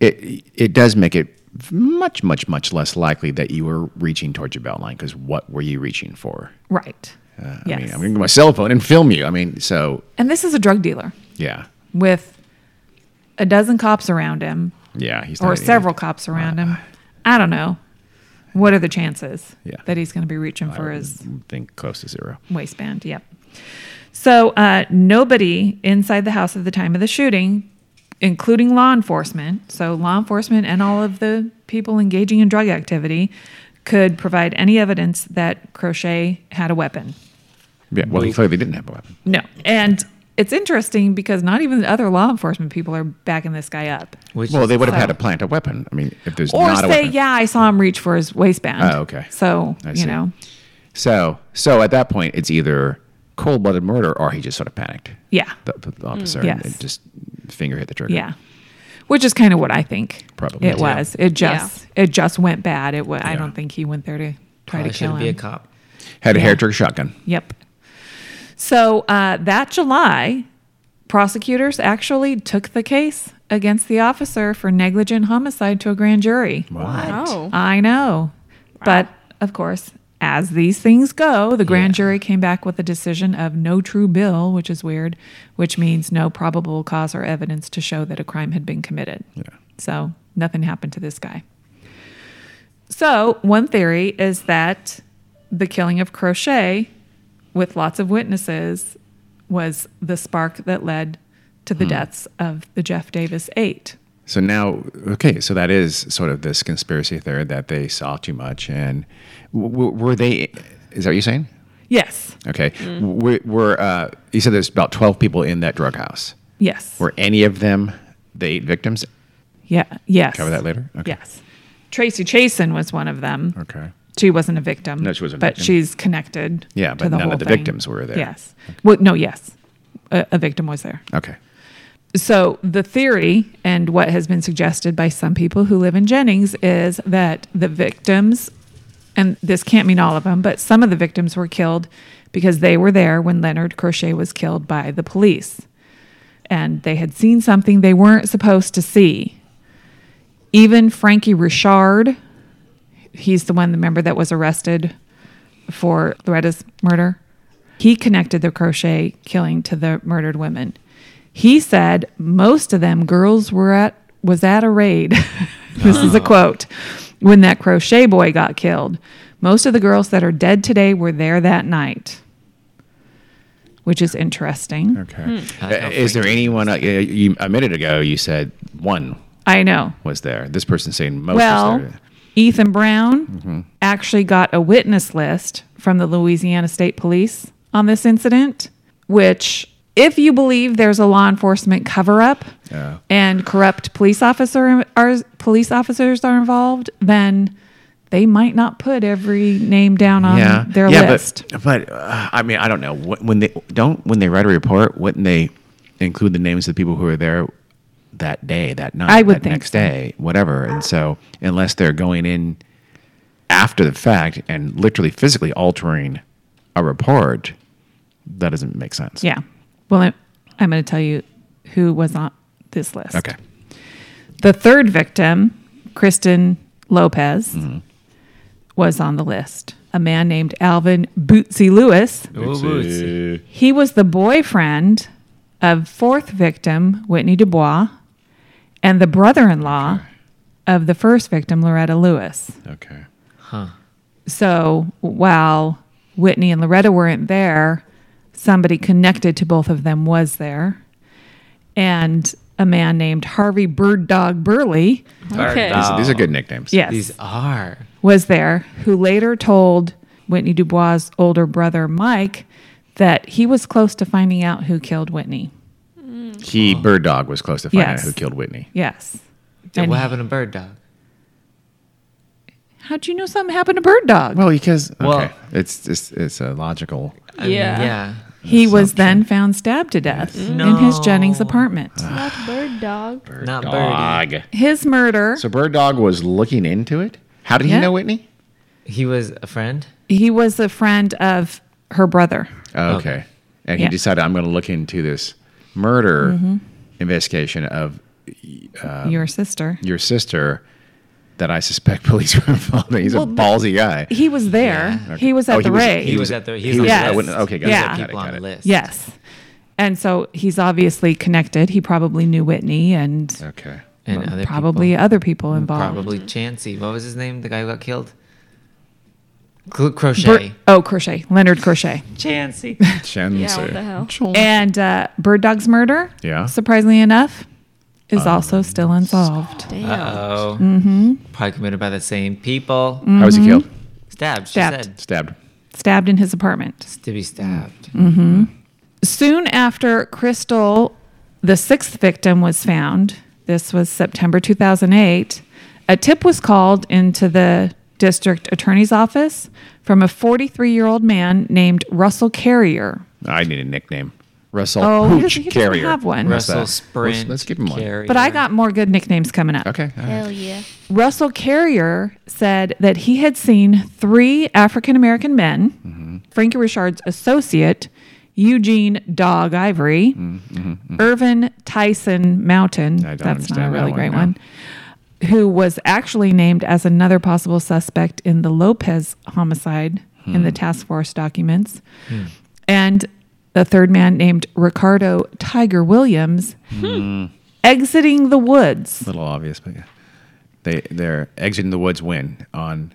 it it does make it much much much less likely that you were reaching towards your belt line because what were you reaching for? right. Uh, I yes. mean, I'm going to my cell phone and film you. I mean, so and this is a drug dealer yeah, with a dozen cops around him yeah, he's or not- several cops around him. I don't know. What are the chances Yeah. that he's going to be reaching for I his think close to zero. waistband? Yep. So uh, nobody inside the house at the time of the shooting, including law enforcement, so law enforcement and all of the people engaging in drug activity, could provide any evidence that Crochet had a weapon. Yeah, well, he clearly didn't have a weapon. No. And it's interesting because not even the other law enforcement people are backing this guy up. Which Well, is- they would have had to So- plant a weapon. I mean, if there's Or not a say, weapon. yeah, I saw him reach for his waistband. Oh, okay. So, I you see. know, So, so at that point, it's either cold-blooded murder or he just sort of panicked. yeah. Mm. The, the officer Yes. and, and just finger hit the trigger. Yeah. Which is kind of what I think Probably. it Yeah. was. It just it just went bad. It wa- I Yeah. don't think he went there to try probably to kill shouldn't him. be a cop. had a Yeah. hair trigger shotgun. Yep. So uh, that July, prosecutors actually took the case against the officer for negligent homicide to a grand jury. Oh. I know. But of course, as these things go, the grand Yeah. jury came back with a decision of no true bill, which is weird, which means no probable cause or evidence to show that a crime had been committed. Yeah. So nothing happened to this guy. So, one theory is that the killing of Crochet with lots of witnesses was the spark that led to Hmm. the deaths of the Jeff Davis Eight. So now, okay, so that is sort of this conspiracy theory that they saw too much, and w- w- were they? Is that what you're saying? Yes. Okay, Mm. were, were uh, you said there's about twelve people in that drug house? Yes. Were any of them the eight victims? Yeah. Yes. Cover that later? Okay. Yes. Tracy Chasin was one of them. Okay, She wasn't a victim. No, she wasn't a But victim. she's connected. Yeah, to but the none of whole the thing. victims were there. Yes. Well, no. Yes, a, a victim was there. okay, So the theory and what has been suggested by some people who live in Jennings is that the victims, and this can't mean all of them, but some of the victims were killed because they were there when Leonard Crochet was killed by the police. And they had seen something they weren't supposed to see. Even Frankie Richard, he's the one, the member that was arrested for Loretta's murder. He connected the crochet killing to the murdered women. He said most of them girls were at was at a raid. this is a quote. When that crochet boy got killed, most of the girls that are dead today were there that night. Which is interesting. okay. I Uh, like how is there Frankie anyone? Uh, you, a minute ago, you said one I know. was there. This person's saying most. was Well, there. Ethan Brown Mm-hmm. actually got a witness list from the Louisiana State Police on this incident, which, if you believe there's a law enforcement cover up Yeah. and corrupt police officer are, police officers are involved, then they might not put every name down on yeah, um, their yeah, list. But, but uh, I mean, I don't know. Wh- When they don't, when they write a report, wouldn't they include the names of the people who were there that day, that night, I would that think next so. day, whatever? And so, unless they're going in after the fact and literally physically altering a report, that doesn't make sense. yeah. Well, I'm, I'm going to tell you who was on this list. Okay. The third victim, Kristen Lopez, was on the list. A man named Alvin Bootsy Lewis. Ooh, ooh, He was the boyfriend of fourth victim, Whitney Dubois, and the brother in law of the first victim, Loretta Lewis. Okay. So while Whitney and Loretta weren't there, somebody connected to both of them was there. And a man named Harvey Bird Dog Burley Okay. These, these Oh. are good nicknames. yes, These are. was there, who later told Whitney Dubois' older brother Mike that he was close to finding out who killed Whitney. He bird dog was close to finding Yes. out who killed Whitney. Yes. Dude, And- what happened to Bird Dog? How'd you know something happened to Bird Dog? Well, because okay, Well- it's, it's it's a logical. I mean, Yeah. yeah. he was then found stabbed to death in his Jennings No. Uh, apartment. Not bird dog. Not Birdie. His murder, So bird dog was looking into it. How did Yeah. he know Whitney? He was a friend. he was a friend of her brother. Oh, okay. Okay. And he Yeah. Mm-hmm. decided I'm going to look into this murder investigation of Uh, your sister. your sister that I suspect police were involved. in. He's Well, a but- ballsy guy. He was there. Yeah. He was at Oh, the raid. He was at the- he was he on the I list. wouldn't- okay, got Yeah. it. Got it, People got on the it. list. yes. And so he's obviously connected. He probably knew Whitney and, Okay. And other probably people. Mm, other people involved. Probably Chancy. What was his name? The guy who got killed? Cl- Crochet. Bur- oh, Crochet. Leonard Crochet. Chancy. Yeah, what the hell? And uh, Bird Dog's murder, Yeah. surprisingly enough, is also still unsolved. Damn. Uh oh. Mm-hmm. Probably committed by the same people. How was he killed? Stabbed. She Mm-hmm. Stabbed. said. Stabbed. Stabbed in his apartment. To be stabbed. Mm-hmm. Soon after Crystal, the sixth victim, was found, this was September 2008, a tip was called into the district attorney's office from a 43 year old man named Russell Carrier. I need a nickname. Russell Oh, he Hooch doesn't- he doesn't Carrier. have one. What's Russell that? Sprint. Let's, let's give him one. Carrier. But I got more good nicknames coming up. Okay. all right. Hell yeah. Russell Carrier said that he had seen three African American men, Mm-hmm. Frankie Richard's associate, Eugene Dog Ivory, Irvin Tyson Mountain. Mm-hmm. I don't That's not a understand that really one, great no. one. Who was actually named as another possible suspect in the Lopez homicide in the Hmm. task force documents. And the third man named Ricardo Tiger Williams Hmm. exiting the woods. A little obvious, but yeah. They they're exiting the woods when on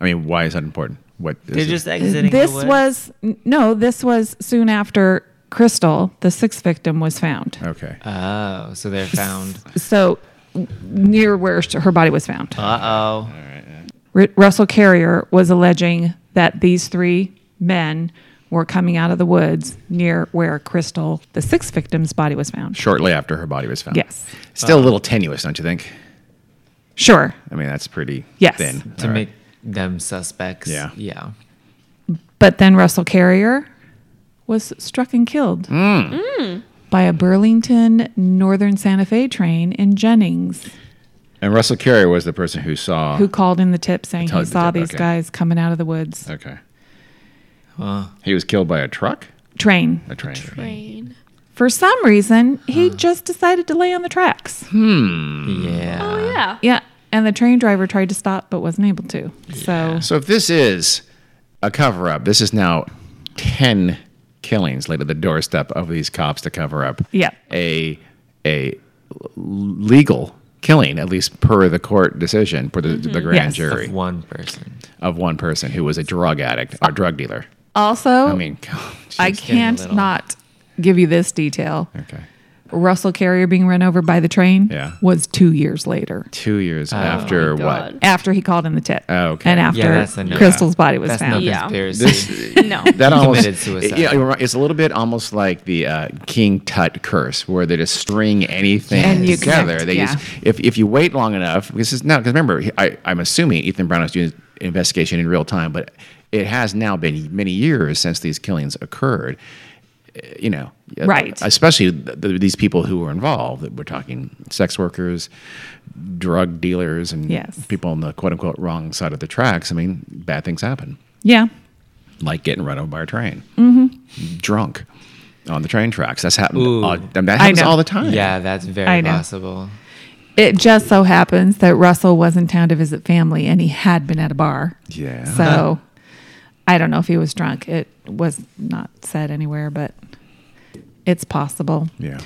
I mean, why is that important? What is They're it? just exiting. this the way. was n- no this was soon after crystal the sixth victim was found Okay. Oh, so they're found. so n- near where sh- her body was found Uh oh. Ru- russell carrier was alleging that these three men were coming out of the woods near where crystal the sixth victim's body was found Shortly after her body was found. Yes. Still a little tenuous, don't you think? sure I mean, that's pretty Yes. thin. To All right. make them suspects. Yeah. Yeah. but then russell carrier was struck and killed by a burlington northern santa fe train in jennings And Russell Carrier was the person who saw. who called in the tip saying Tell he the saw tip, these okay. guys coming out of the woods. Okay. He was killed by a truck? Train. A train. Rain. For some reason, he just decided to lay on the tracks. Hmm. Mm. Yeah. Oh yeah. Yeah. And the train driver tried to stop but wasn't able to. So, So if this is a cover up, this is now 10 killings laid at the doorstep of these cops to cover up yeah. a, a legal killing, at least per the court decision, per the, the grand Mm-hmm. Yes. jury, Of one person. of one person who was a drug addict or drug dealer. Also, I Oh. I, mean, getting a can't little- not give you this detail. okay. Russell Carrier being run over by the train Yeah. was two years later Two years Oh after what? God. after he called in the tip. Oh, okay. And Yeah, after that's a no. Crystal's body was That's no found. Yeah. conspiracy. No. that almost committed suicide. Yeah, you're right. it's a little bit almost like the uh, King Tut curse, where they just string anything And you together. connect, they yeah. just if if you wait long enough, because it's now because remember, he- I, I'm assuming Ethan Brown is doing his investigation in real time, but it has now been many years since these killings occurred. Uh, You know, uh, Right. Especially th- th- these people who were involved. That We're talking sex workers, drug dealers, and Yes. people on the quote unquote wrong side of the tracks. I mean, bad things happen Yeah. like getting run over by a train, mm-hmm. drunk on the train tracks. That's happened. Ooh. all- I mean, that happens know. all the time. Yeah, that's very I know. possible. It just so happens that Russell was in town to visit family and he had been at a bar. Yeah. So I don't know if he was drunk. It was not said anywhere, but it's possible. Yeah.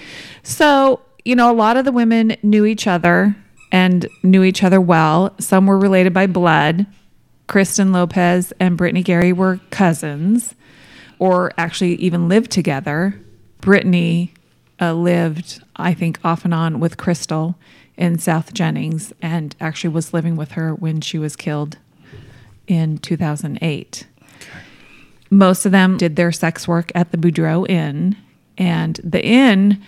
So, you know, a lot of the women knew each other and knew each other well. Some were related by blood. Kristen Lopez and Brittany Gary were cousins or actually even lived together. Brittany uh, lived, I think, off and on with Crystal in South Jennings and actually was living with her when she was killed in 2008. Most of them did their sex work at the Boudreaux Inn, and the inn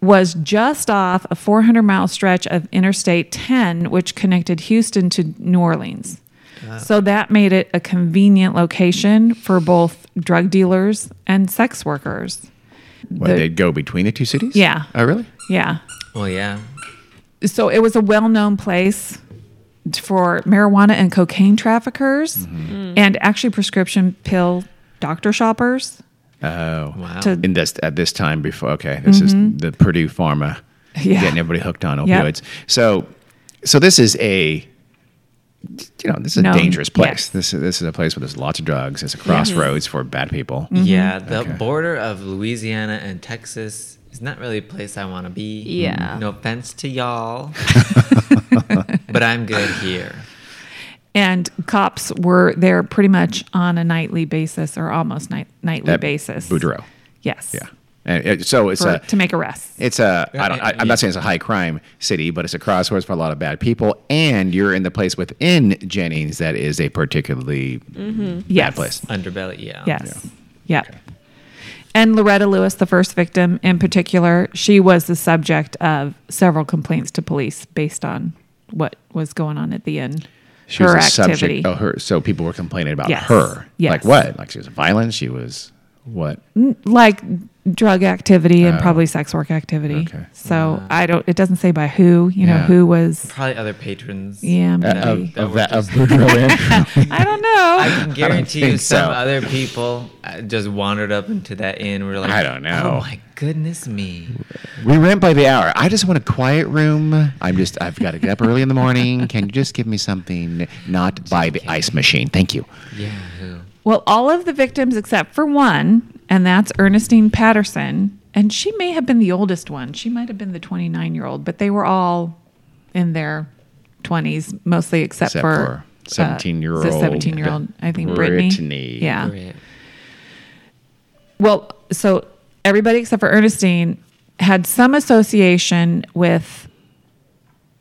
was just off a 400 mile stretch of Interstate 10, which connected Houston to New Orleans. So that made it a convenient location for both drug dealers and sex workers. What, The- they'd go between the two cities? Yeah. Oh, really? yeah. Well, yeah. So it was a well known place for marijuana and cocaine traffickers and actually prescription pill doctor shoppers. Oh. Wow. To- In this at this time before okay, this is the Purdue Pharma Mm-hmm. Yeah. getting everybody hooked on Yep. opioids. So so this is a you know, this is No, a dangerous place. yes. This is this is a place where there's lots of drugs. It's a crossroads for bad people. Mm-hmm. Yeah, the Okay. border of Louisiana and Texas is not really a place I want to be. Yeah. No offense to y'all, but I'm good here. And cops were there pretty much on a nightly basis or almost night, nightly At basis. Boudreaux. Yes. Yeah. And it, so it's For, a to make arrests. It's a. I don't. I, I'm Yeah. not saying it's a high crime city, but it's a crossroads for a lot of bad people. And you're in the place within Jennings that is a particularly yes. bad place. Underbelly, yeah. Yes. Yep. And Loretta Lewis, the first victim in particular, she was the subject of several complaints to police based on what was going on at the inn. She her was a activity. subject. Oh, her. So people were complaining about Yes. her. Yes. Like what? Like she was violent. She was what? Like drug activity and Oh. probably sex work activity. Okay. So I don't, it doesn't say by who, you know, Yeah. who was, Probably other patrons. yeah, Uh, maybe. of that of were that of just- Boudreaux Inn. I don't know. I can guarantee you think some so. other people uh, just wandered up into that inn. We're like, I don't know. Oh my goodness me! we rent by the hour. I just want a quiet room. I'm just. I've got to get up early in the morning. Can you just give me something not by the ice machine? Thank you. Yeah. who? Well, all of the victims except for one, and that's Ernestine Patterson. And she may have been the oldest one. She might have been the 29 year old, but they were all in their 20s, mostly except, Except for uh, for 17-year-old, The 17 year old, I think, Brittany. Brittany. Yeah. Right. Well, so everybody except for Ernestine had some association with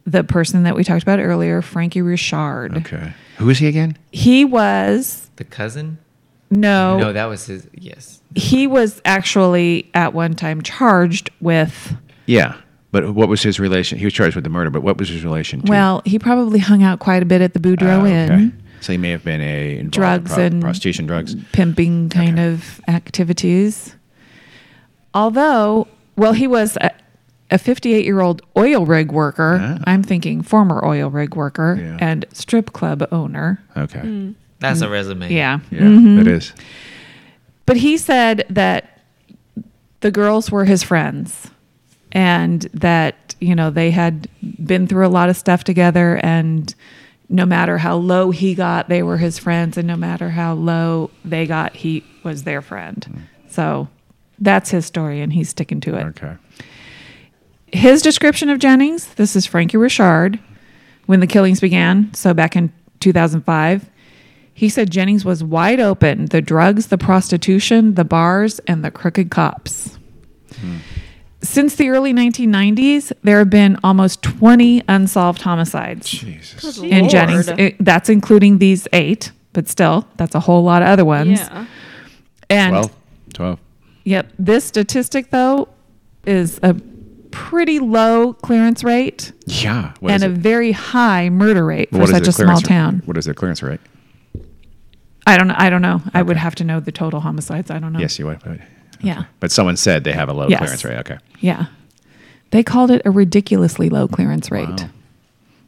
the person that we talked about earlier, Frankie Richard. Okay. Who is he again? He was, The cousin? no, No, that was his. Yes. he was actually at one time charged with Yeah. But what was his relation? He was charged with the murder, but what was his relation to? well he probably hung out quite a bit at the boudreaux Ah, okay. inn So he may have been a involved in Drugs and- prostitution, drugs. pimping kind of activities although well he was a, a 58 year old oil rig worker Ah. i'm thinking former oil rig worker Yeah. and strip club owner Okay, That's a resume. yeah yeah, it is. But he said that the girls were his friends and that, you know, they had been through a lot of stuff together and no matter how low he got, they were his friends and no matter how low they got, he was their friend. So that's his story and he's sticking to it. Okay, His description of Jennings, this is Frankie Richard, when the killings began, so back in 2005, he said Jennings was wide open the drugs, the prostitution, the bars, and the crooked cops. Since the early 1990s, there have been almost 20 unsolved homicides Jesus. in Jennings. uh, It- that's including these eight, but still, that's a whole lot of other ones. Yeah. And Twelve. Twelve. Yep. This statistic, though, is a pretty low clearance rate Yeah. What and is a it? very high murder rate for What is such the a small clearance ra- town. What is the clearance rate? I don't. I don't know. I would have to know the total homicides. I don't know. Yes, you would. but- Yeah. But someone said they have a low Yes. clearance rate. Okay. Yeah. They called it a ridiculously low clearance rate. Wow.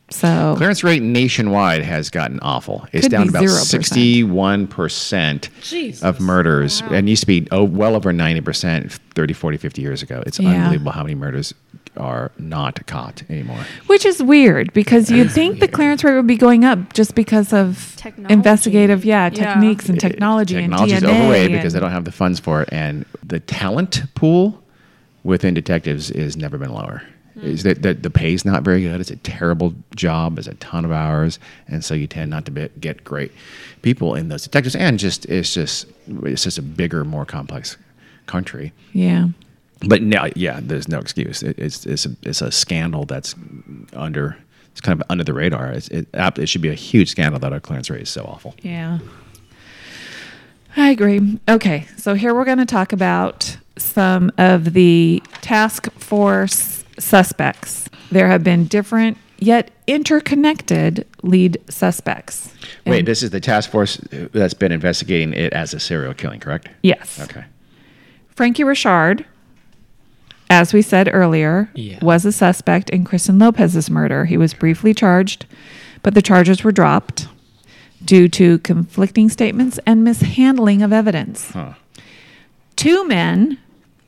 So Clearance rate nationwide has gotten awful. It's Could down be about 0%. sixty-one percent Jesus. of murders. Wow. And used to be oh, well over ninety percent 30, 40, 50 years ago. It's Yeah. unbelievable how many murders are not caught anymore. Which is weird because you'd think the clearance rate would be going up just because of Technology. investigative, yeah, Yeah. techniques and technology and Technology is DNA overweight because they and- don't have the funds for it, and the talent pool within detectives has never been lower. Hmm. Is that the, the pay is not very good? It's a terrible job. It's a ton of hours, and so you tend not to be, get great people in those detectives. And just it's just it's just a bigger, more complex country. Yeah. but no, yeah, there's no excuse. It, it's it's a, it's a scandal that's under it's kind of under the radar. It's, it ab- it should be a huge scandal that our clearance rate is so awful. Yeah. I agree. Okay. So here we're going to talk about some of the task force suspects. There have been different yet interconnected lead suspects. Wait, And- this is the task force that's been investigating it as a serial killing, correct? Yes. Okay. Frankie Richard, as we said earlier, Yeah. was a suspect in Kristen Lopez's murder. He was briefly charged, but the charges were dropped due to conflicting statements and mishandling of evidence. Huh. Two men,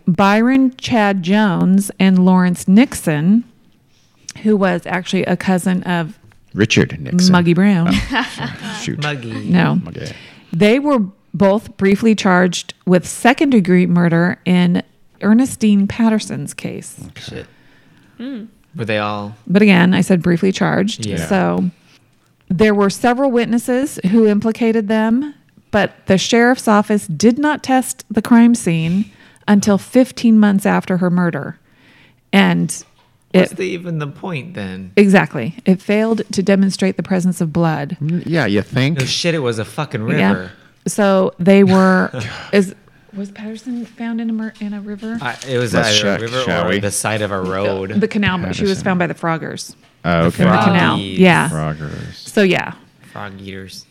Byron Chad Jones and Lawrence Nixon, who was actually a cousin of Richard Nixon. Muggy Brown. Shoot. Muggy. No. Muggy. They were both briefly charged with second degree murder in Ernestine Patterson's case. Shit. Hmm. Were they all? But again, I said briefly charged. Yeah. So there were several witnesses who implicated them, but the sheriff's office did not test the crime scene until 15 months after her murder. And What's it the, even the point then? exactly, it failed to demonstrate the presence of blood. Yeah, you think? No shit, it was a fucking Yeah. river. So they were is was Patterson found in a mur- in a river? I, it was Let's either check, a river shall or we? the side of a road. the canal, but she was Patterson. found by the froggers. Oh, in the Froggies. canal. Yeah. Froggers. So yeah, Frog eaters.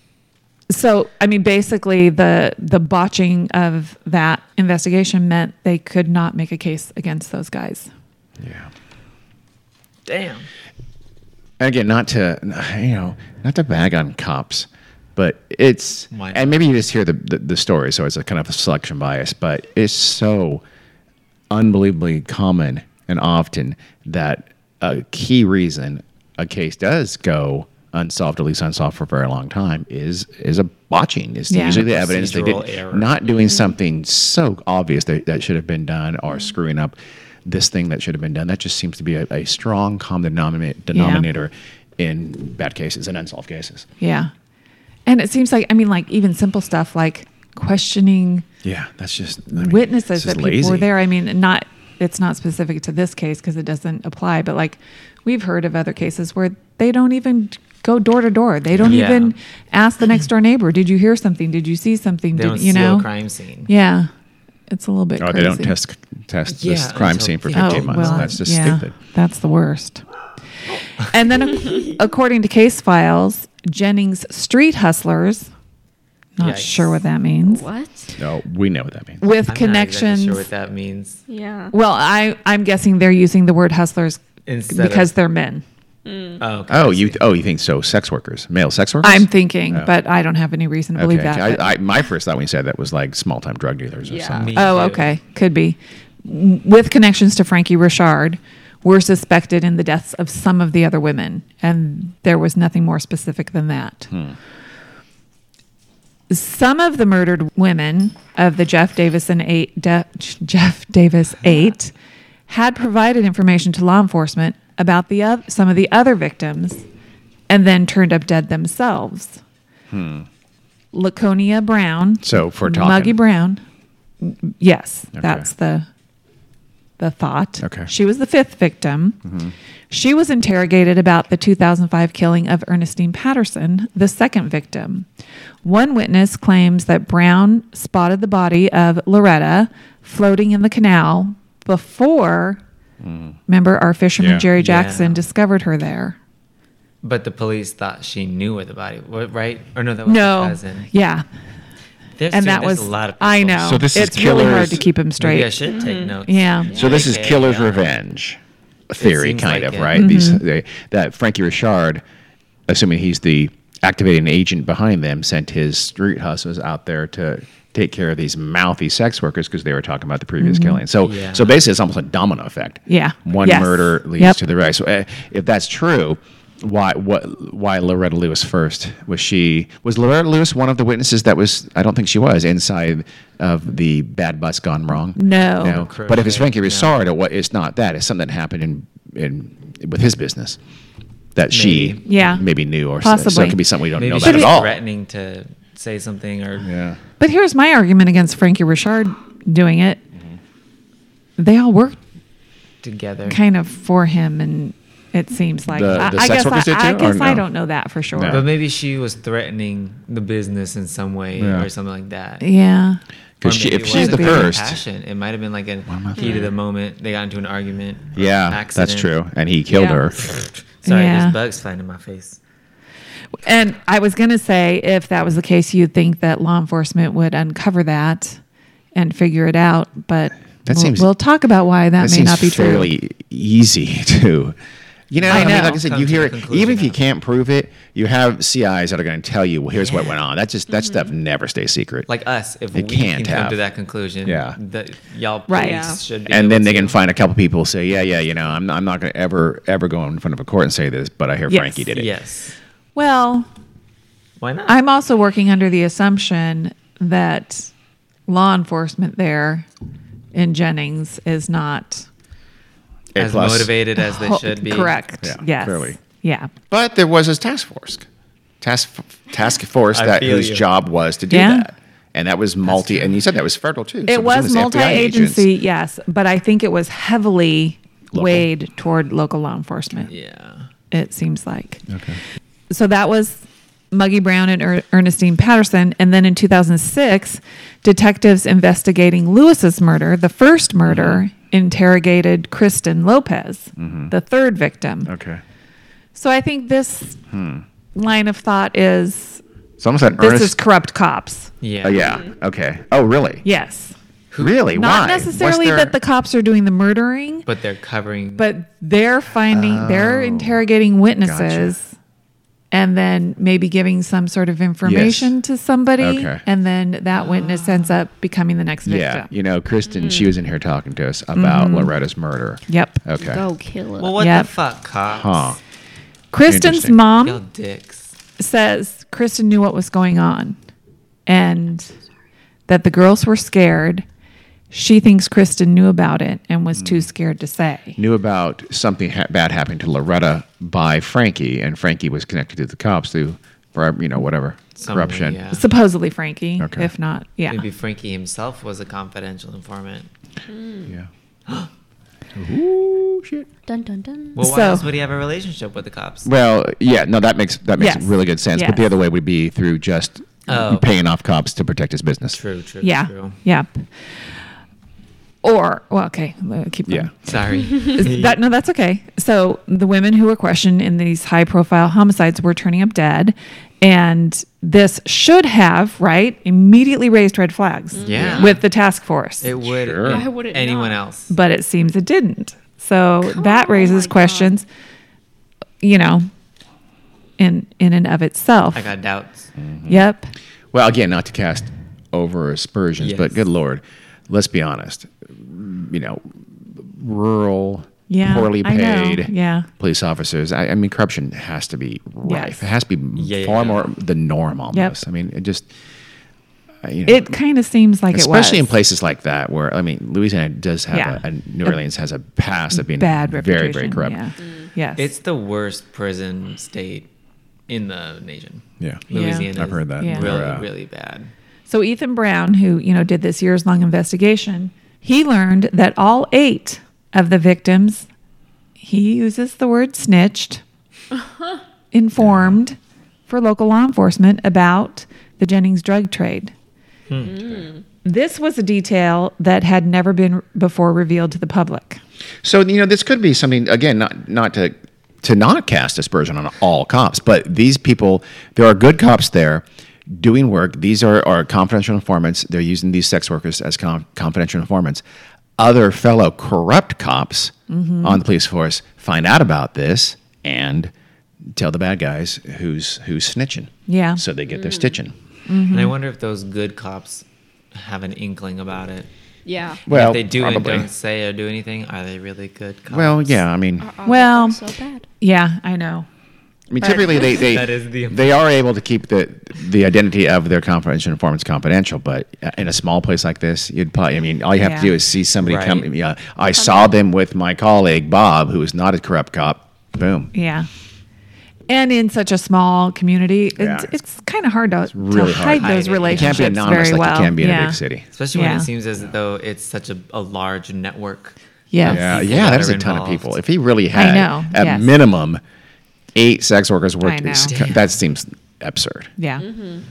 so i mean basically the the botching of that investigation meant they could not make a case against those guys Yeah. Damn. And again, not to you know, not to bag on cops, but it's Why not? and maybe you just hear the, the the story, so it's a kind of a selection bias, but it's so unbelievably common and often that a key reason a case does go unsolved, at least unsolved for a very long time, is is a botching. Is Yeah. usually the evidence they did Procedural error. not doing something so obvious that, that should have been done or screwing up this thing that should have been done. That just seems to be a, a strong common denomin- denominator in bad cases and unsolved cases. yeah and it seems like i mean like even simple stuff like questioning Yeah, that's just witnesses that people were there i mean not it's not specific to this case because it doesn't apply but like we've heard of other cases where they don't even go door to door they don't Yeah. even ask the next door neighbor did you hear something did you see something They did don't you seal know a crime scene. yeah it's a little bit Or crazy. Oh, they don't test test Yeah, this crime until- scene for yeah. 15 Oh, months. well, that's just stupid. That's the worst. And then, ac- according to case files, Jennings Street Hustlers, not Yikes. sure what that means, What? No, we know what that means. I'm with Not connections. exactly sure what that means. Yeah. well, I, I'm guessing they're using the word hustlers Instead of- because they're men. Mm. Oh, okay, Oh, I you see. oh you think so? Sex workers, male sex workers. I'm thinking, Oh. but I don't have any reason to believe okay. that. but- I, I, my first thought when you said that was like small time drug dealers or Yeah. something. Me Oh, too. okay. Could be. W- With connections to Frankie Richard, were suspected in the deaths of some of the other women, and there was nothing more specific than that. Some of the murdered women of the Jeff Davison eight, De- Jeff Davis eight, had provided information to law enforcement about the oth- some of the other victims, and then turned up dead themselves. Laconia Brown, So for talking, Muggy Brown. Yes, Okay. that's the the thought. Okay. Mm-hmm. She was the fifth victim. She was interrogated about the 2005 killing of Ernestine Patterson, the second victim. One witness claims that Brown spotted the body of Loretta floating in the canal before remember our fisherman Mm. Yeah. Jerry Jackson Yeah. discovered her there. But the police thought she knew where the body was, right? Or no, that was the No. cousin. Yeah. There's, And dude, that there's was a lot of people. I know. So this is it's really hard killers- to keep him straight. Mm-hmm. Maybe I should take notes. Yeah. So this is Okay, killer's yeah. revenge theory, seems kind like of it. right. These Mm-hmm. they, that Frankie Richard, assuming he's the activating agent behind them, sent his street hustlers out there to take care of these mouthy sex workers because they were talking about the previous killing. So Yeah. so basically, it's almost a domino effect. Mm-hmm. Yeah. one Yes. murder leads Yep. to the right. So uh, if that's true. Why? What? Why Loretta Lewis first? Was she? Was Loretta Lewis one of the witnesses that was? I don't think she was inside of the bad bus gone wrong. No. No. Correct. But if it's Frankie Yeah. Richard, it wa- it's not that. It's something that happened in, in with his business that she Maybe. Yeah. maybe knew or so- So, Possibly. it could be something we don't Maybe know she about was at all. threatening to say something or Yeah. But here's my argument against Frankie Richard doing it. they all worked together. kind of for him, and it seems like The- I, the I sex guess workers did I, I too, or guess I no? don't know that for sure. No. But maybe she was threatening the business in some way Yeah. or something like that. Yeah, Because Or she, maybe if it she's the wasn't even first, passion. it might have been like a am I heat of the moment. They got into an argument. or yeah, accident. that's true. And he killed Yeah. her. Sorry, Yeah. there's bugs flying in my face. and I was gonna say if that was the case, you'd think that law enforcement would uncover that and figure it out, but That we'll, seems- we'll talk about why that, That may seems not be true. fairly easy to. You know, I I, mean, know. like I said, Come you to hear the it, conclusion even if you now. can't prove it, you have CIs that are going to tell you, well, here's what Yeah. went on. That just that stuff Mm-hmm. never stays secret. Like us, It if we can can't come have. to that conclusion, Yeah. that y'all Right. police Yeah. should be and able then they to- can find a couple people who say, yeah, yeah, you know, I'm not, I'm not going to ever ever go in front of a court and say this, but I hear Yes. Frankie did it. Yes. Well, Why not? I'm also working under the assumption that law enforcement there in Jennings is not A as plus. motivated as they ho- should be. correct. Yeah, yes. clearly. Yeah. But there was this task force, task task force I that feel whose you. job was to do Yeah. that, and that was multi. And you said that was federal too. so It was presumably multi FBI agents. agency, yes, but I think it was heavily Local. weighed toward local law enforcement, Yeah. it seems like. Okay. So that was Muggy Brown and er- Ernestine Patterson. And then in 2006, detectives investigating Lewis's murder, the first murder, Mm-hmm. interrogated Kristen Lopez, the third victim. Okay, So I think this line of thought is it's almost like this Ernest. is corrupt cops. Yeah. Oh, yeah. Okay. Oh, really? Yes. Really? Not Why? What's necessarily their- that the cops are doing the murdering, But they're covering. but they're finding, Oh, they're interrogating witnesses and then maybe giving some sort of information to somebody. Okay. And then that witness ends up becoming the next victim. Yeah. You know, Kristen, she was in here talking to us about Loretta's murder. Mm. Mm-hmm. Yep. Okay. Go kill it. well, what Yep. the fuck, cops? Huh. Kristen's Interesting. Y'all mom dicks. says Kristen knew what was going on and that the girls were scared. She thinks Kristen knew about it and was too scared to say. Hmm. Knew about something ha- bad happening to Loretta by Frankie, and Frankie was connected to the cops through, for, you know, whatever Some- corruption. yeah. Supposedly Frankie, Okay. if not, yeah. Maybe Frankie himself was a confidential informant. Yeah. Ooh, shit. Dun dun dun. Well, why So- else would he have a relationship with the cops? Well, yeah, no, that makes that makes Yes. really good sense. But the Yes. other way would be through just Oh. paying off cops to protect his business. True, true, Yeah. true. Yep. Or well, okay, uh, keep going. Yeah. Sorry. Is that no, that's okay. So the women who were questioned in these high-profile homicides were turning up dead, and this should have right immediately raised red flags. Yeah. With the task force, It would. Sure. in Why would it anyone not? else? but it seems it didn't. So that on, raises my God. questions. You know, in in and of itself. I got doubts. Yep. Well, again, not to cast over aspersions, but Yes. good lord, let's be honest. You know, rural, Yeah, poorly I know. paid, Yeah. police officers. I, I mean, corruption has to be rife. Yes. It has to be Yeah, far yeah. more the norm almost. I mean, it just I- you know, It kind of seems like especially it was. in places like that where I mean, Louisiana does have Yeah. a, and New A Orleans has a past of being bad very, reputation. very corrupt. Yeah. Yes. Mm. It's the worst prison state in the nation. Yeah. Louisiana. I've heard that. Yeah. Really, They're, uh, really bad. So Ethan Brown, who you know did this years long investigation, he learned that all eight of the victims, he uses the word snitched, informed for local law enforcement about the Jennings drug trade. Hmm. Hmm. This was a detail that had never been before revealed to the public. So you know, this could be something again, not not to to not cast aspersion on all cops, but these people, there are good cops there doing work. These are are confidential informants. They're using these sex workers as com- confidential informants. Other fellow corrupt cops Mm-hmm. on the police force find out about this and tell the bad guys who's who's snitching. Yeah. So they get their stitching. Mm-hmm. And I wonder if those good cops have an inkling about it. Yeah. Well, if they do and probably. don't say or do anything, are they really good cops? Well, yeah. I mean, Are all the Well- dogs Oh, so bad. Yeah, I know. I mean, typically they they, That is the- they are able to keep the the identity of their confidential informants confidential, but uh, in a small place like this, you'd probably. I mean, all you have Yeah. to do is see somebody Right. come. Yeah, I saw them with my colleague Bob, who is not a corrupt cop. Boom. Yeah. and in such a small community, it's, Yeah, it's, kind of hard to, really to hard. hide Hide those it. You relationships can't be anonymous very like well. you can be in Yeah. a big city. Especially Yeah. when it seems as though it's such a, a large network. Yes. Yeah, people yeah, that there's are a ton of involved. people. If he really had, know, at yes. minimum, eight sex workers worked. know. These, that seems absurd. Yeah.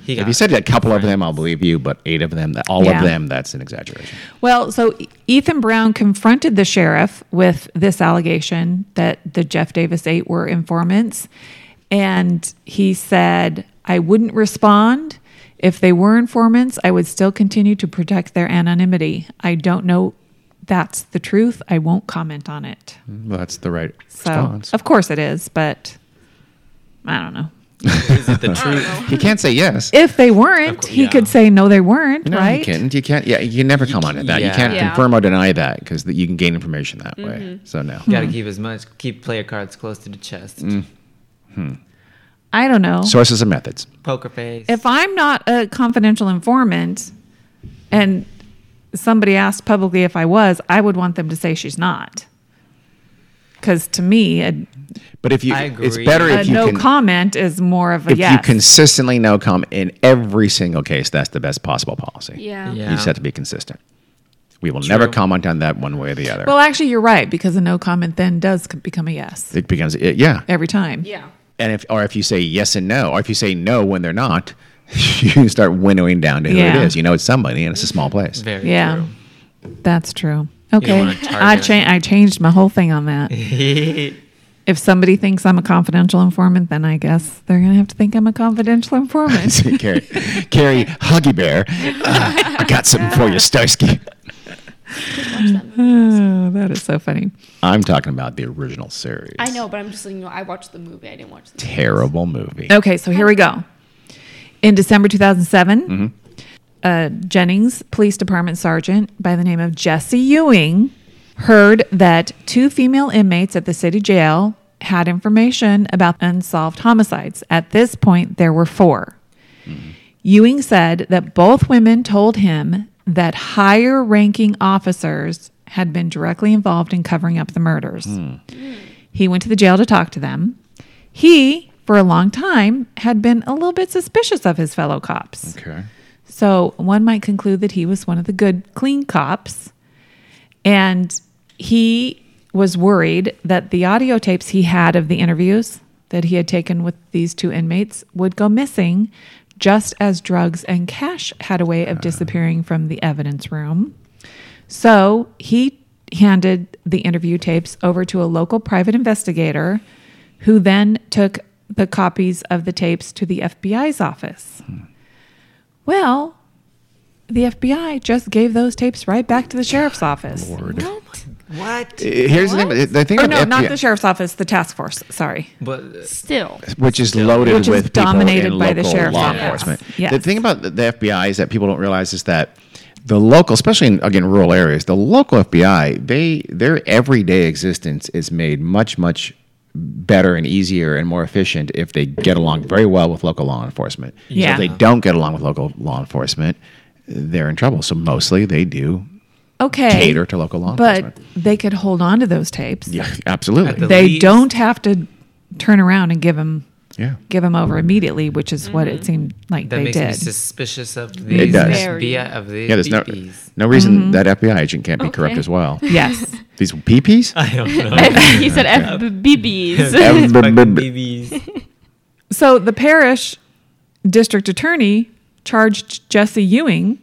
He If got you said a couple of them, I'll believe you, but eight of them, all Yeah. of them, that's an exaggeration. Well, so E- Ethan Brown confronted the sheriff with this allegation that the Jeff Davis eight were informants. And he said, I wouldn't respond. If they were informants, I would still continue to protect their anonymity. I don't know that's the truth. I won't comment on it. Well, that's the right So, Hmm. response. of course it is, but I don't know. is it the truth? He can't say yes. If they weren't, cour- he yeah. could say, no, they weren't, no, right? you can't. You can't. Yeah, you can never comment on that. You yeah. can't Yeah. confirm or deny that because you can gain information that way. Mm-hmm. So no. You gotta keep as much, keep player cards close to the chest. Hmm. I don't know. Sources and methods. Poker face. if I'm not a confidential informant and somebody asked publicly if I was, I would want them to say she's not. Because to me, a, But if you, I it's agree. better a if you Uh, no can. comment is more of a if yes. you consistently no comment in every single case, that's the best possible policy. Yeah. Yeah. You just have to be consistent. We will never True. comment on that one way or the other. well, actually, you're right because a no comment then does c- become a yes it becomes it, yeah. every time. Yeah. And if or if you say yes and no, or if you say no when they're not, you start winnowing down to who Yeah. it is. You know, it's somebody, and it's a small place. Very Yeah, that's true. Okay, wanna I target. cha- I changed my whole thing on that. true. if somebody thinks I'm a confidential informant, then I guess they're gonna have to think I'm a confidential informant. See, Carrie, Carrie, Huggy Bear, uh, I got something for you, Starsky. oh, that is so funny. I'm talking about the original series. I know, but I'm just letting you know I watched the movie. I didn't watch the Terrible movie. Okay, so here we go. In December 2007, uh, Jennings Police Department Sergeant by the name of Jesse Ewing heard that two female inmates at the city jail had information about unsolved homicides. At this point, there were 4 Ewing said that both women told him that higher ranking officers had been directly involved in covering up the murders. He went to the jail to talk to them. He, for a long time, had been a little bit suspicious of his fellow cops. Okay. So one might conclude that he was one of the good, clean cops. And he was worried that the audio tapes he had of the interviews that he had taken with these two inmates would go missing, just as drugs and cash had a way of disappearing from the evidence room. So he handed the interview tapes over to a local private investigator who then took the copies of the tapes to the FBI's office. Well, the FBI just gave those tapes right back to the sheriff's office. What? what? Here's the thing. The thing Or with Oh, no, not FBI the sheriff's office, the task force. Sorry. But Still. which is loaded Which is with people dominated in by the local sheriff's law office. enforcement. Yes. The thing about the, the FBI is that people don't realize is that the local, especially in again rural areas, the local FBI they their everyday existence is made much much better and easier and more efficient if they get along very well with local law enforcement. Yeah. So if they don't get along with local law enforcement, they're in trouble. So mostly they do Okay. cater to local law But enforcement. they could hold on to those tapes. Yeah, absolutely. At the- They Least. don't have to turn around and give them yeah. give 'em over immediately, which is what it seemed Mm-hmm. like that they makes me did. suspicious of these does. FBI of these Yeah, there's no, BPs. no reason Mm-hmm. that FBI agent can't be corrupt Okay. as well. yes. These peepees? I don't know. he said FBBs. Ev- Fucking b- b- BBs. So the parish district attorney charged Jesse Ewing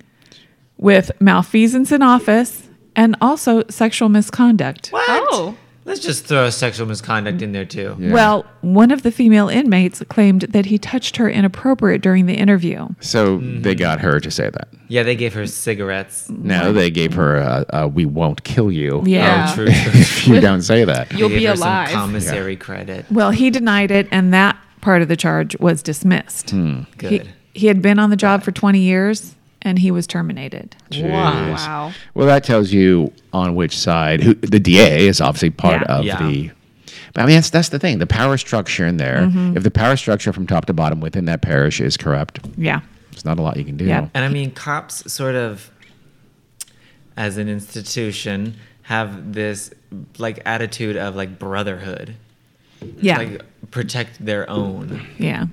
with malfeasance in office and also sexual misconduct. oh. Let's just throw sexual misconduct in there too. Yeah. Well, one of the female inmates claimed that he touched her inappropriate during the interview. So they got her to say that. Yeah, they gave her cigarettes. No, they gave her a, a "We won't kill you" Yeah. Oh, true. true. if you don't say that. You'll They gave be her some alive. commissary credit. Well, he denied it, and that part of the charge was dismissed. He, Good. he had been on the job for 20 years and he was terminated. Jeez. Wow. Well, that tells you on which side. Who, the DA is obviously part Yeah. of Yeah. the. But I mean, that's that's the thing. The power structure in there. If the power structure from top to bottom within that parish is corrupt, Yeah. there's not a lot you can do. Yeah. And I mean, cops sort of, as an institution, have this like attitude of like brotherhood. Yeah. like protect their own. yeah.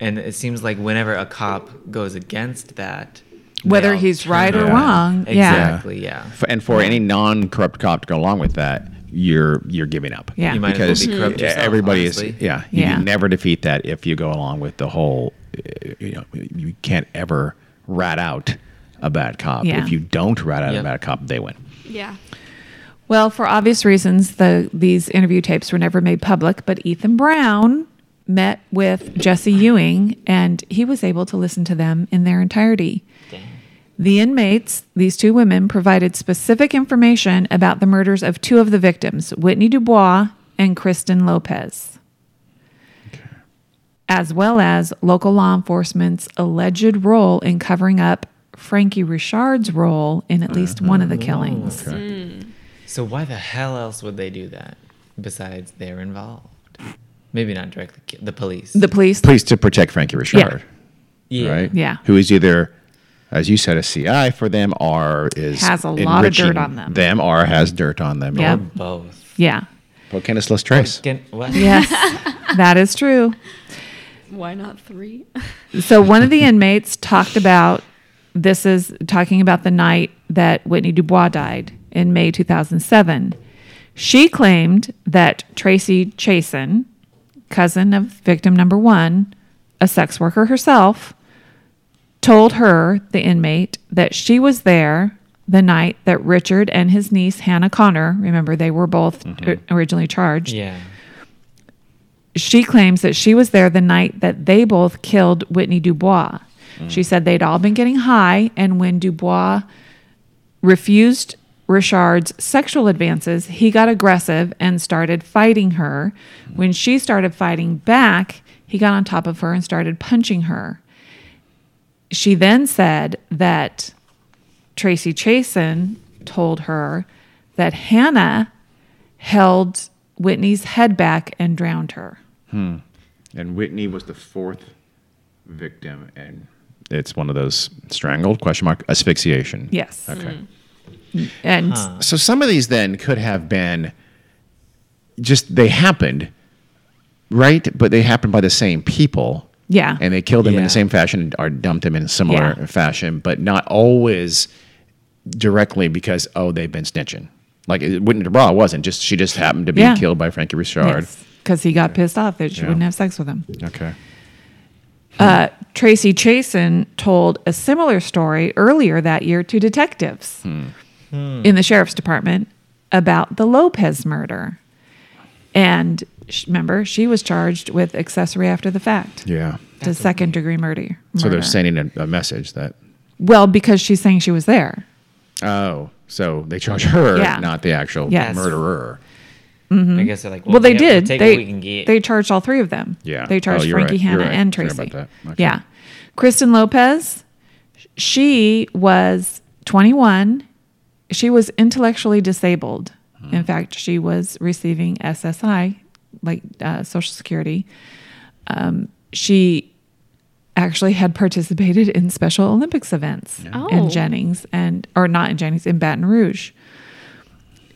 And it seems like whenever a cop goes against that, they Whether all he's turn right or around. wrong. Yeah. Exactly. Yeah. F- and for any non-corrupt cop to go along with that, you're you're giving up. Yeah. You might as well be corrupt yourself, everybody is. honestly. Yeah, you Yeah. can never defeat that if you go along with the whole. uh, You know, you can't ever rat out a bad cop. Yeah. If you don't rat out Yep. a bad cop, they win. Yeah. Well, for obvious reasons, the these interview tapes were never made public, but Ethan Brown met with Jesse Ewing and he was able to listen to them in their entirety. The inmates, these two women, provided specific information about the murders of two of the victims, Whitney Dubois and Kristen Lopez, as well as local law enforcement's alleged role in covering up Frankie Richard's role in at least one of the killings. So why the hell else would they do that besides they're involved? Maybe not directly ki- the police. The police, Please to protect Frankie Richard, yeah. right? Yeah. Who is either, as you said, a CI for them, or is Has a lot of dirt enriching on them. Them or has dirt on them. Yep. Or both. yeah. But can us less trace? Can- what? Yes, that is true. Why not three? So one of the inmates talked about this is talking about the night that Whitney Dubois died in May 2007. She claimed that Tracy Chasin, cousin of victim number one, a sex worker herself, told her, the inmate, that she was there the night that Richard and his niece Hannah Connor, remember they were both o- originally charged, Yeah. she claims that she was there the night that they both killed Whitney Dubois. She said they'd all been getting high, and when Dubois refused Richard's sexual advances, he got aggressive and started fighting her. When she started fighting back, he got on top of her and started punching her. She then said that Tracy Chasin told her that Hannah held Whitney's head back and drowned her. And Whitney was the fourth victim, and it's one of those strangled question mark asphyxiation. Yes. Mm. Okay. And So some of these then could have been just they happened, right? But they happened by the same people. Yeah. And they killed them in Yeah. the same fashion and- or dumped them in a similar Yeah. fashion, but not always directly because oh they've been snitching. Like it, Whitney DeBra wasn't just she just happened to be Yeah. killed by Frankie Richard. because he got pissed off that she Yeah. wouldn't have sex with him. Okay. Uh, Tracy Chasin told a similar story earlier that year to detectives Hmm. in the sheriff's department about the Lopez murder. And sh- remember, she was charged with accessory after the fact Yeah. to second degree murder. So they're murder. sending a, a message that well, because she's saying she was there. oh, so they charge her, Yeah. not the actual Yes. murderer. I guess they're like, well, Mm-hmm. Well, they we have to did. Take They what we can get. they charged all three of them. Yeah. They charged Oh, you're Frankie, right. You're Hannah, right. and Sorry Tracy. about that. Okay. Yeah. Kristen Lopez, she was 21. She was intellectually disabled. In Hmm. fact, she was receiving SSI, like uh, Social Security. Um, she actually had participated in Special Olympics events Oh. in Jennings and or not in Jennings in Baton Rouge.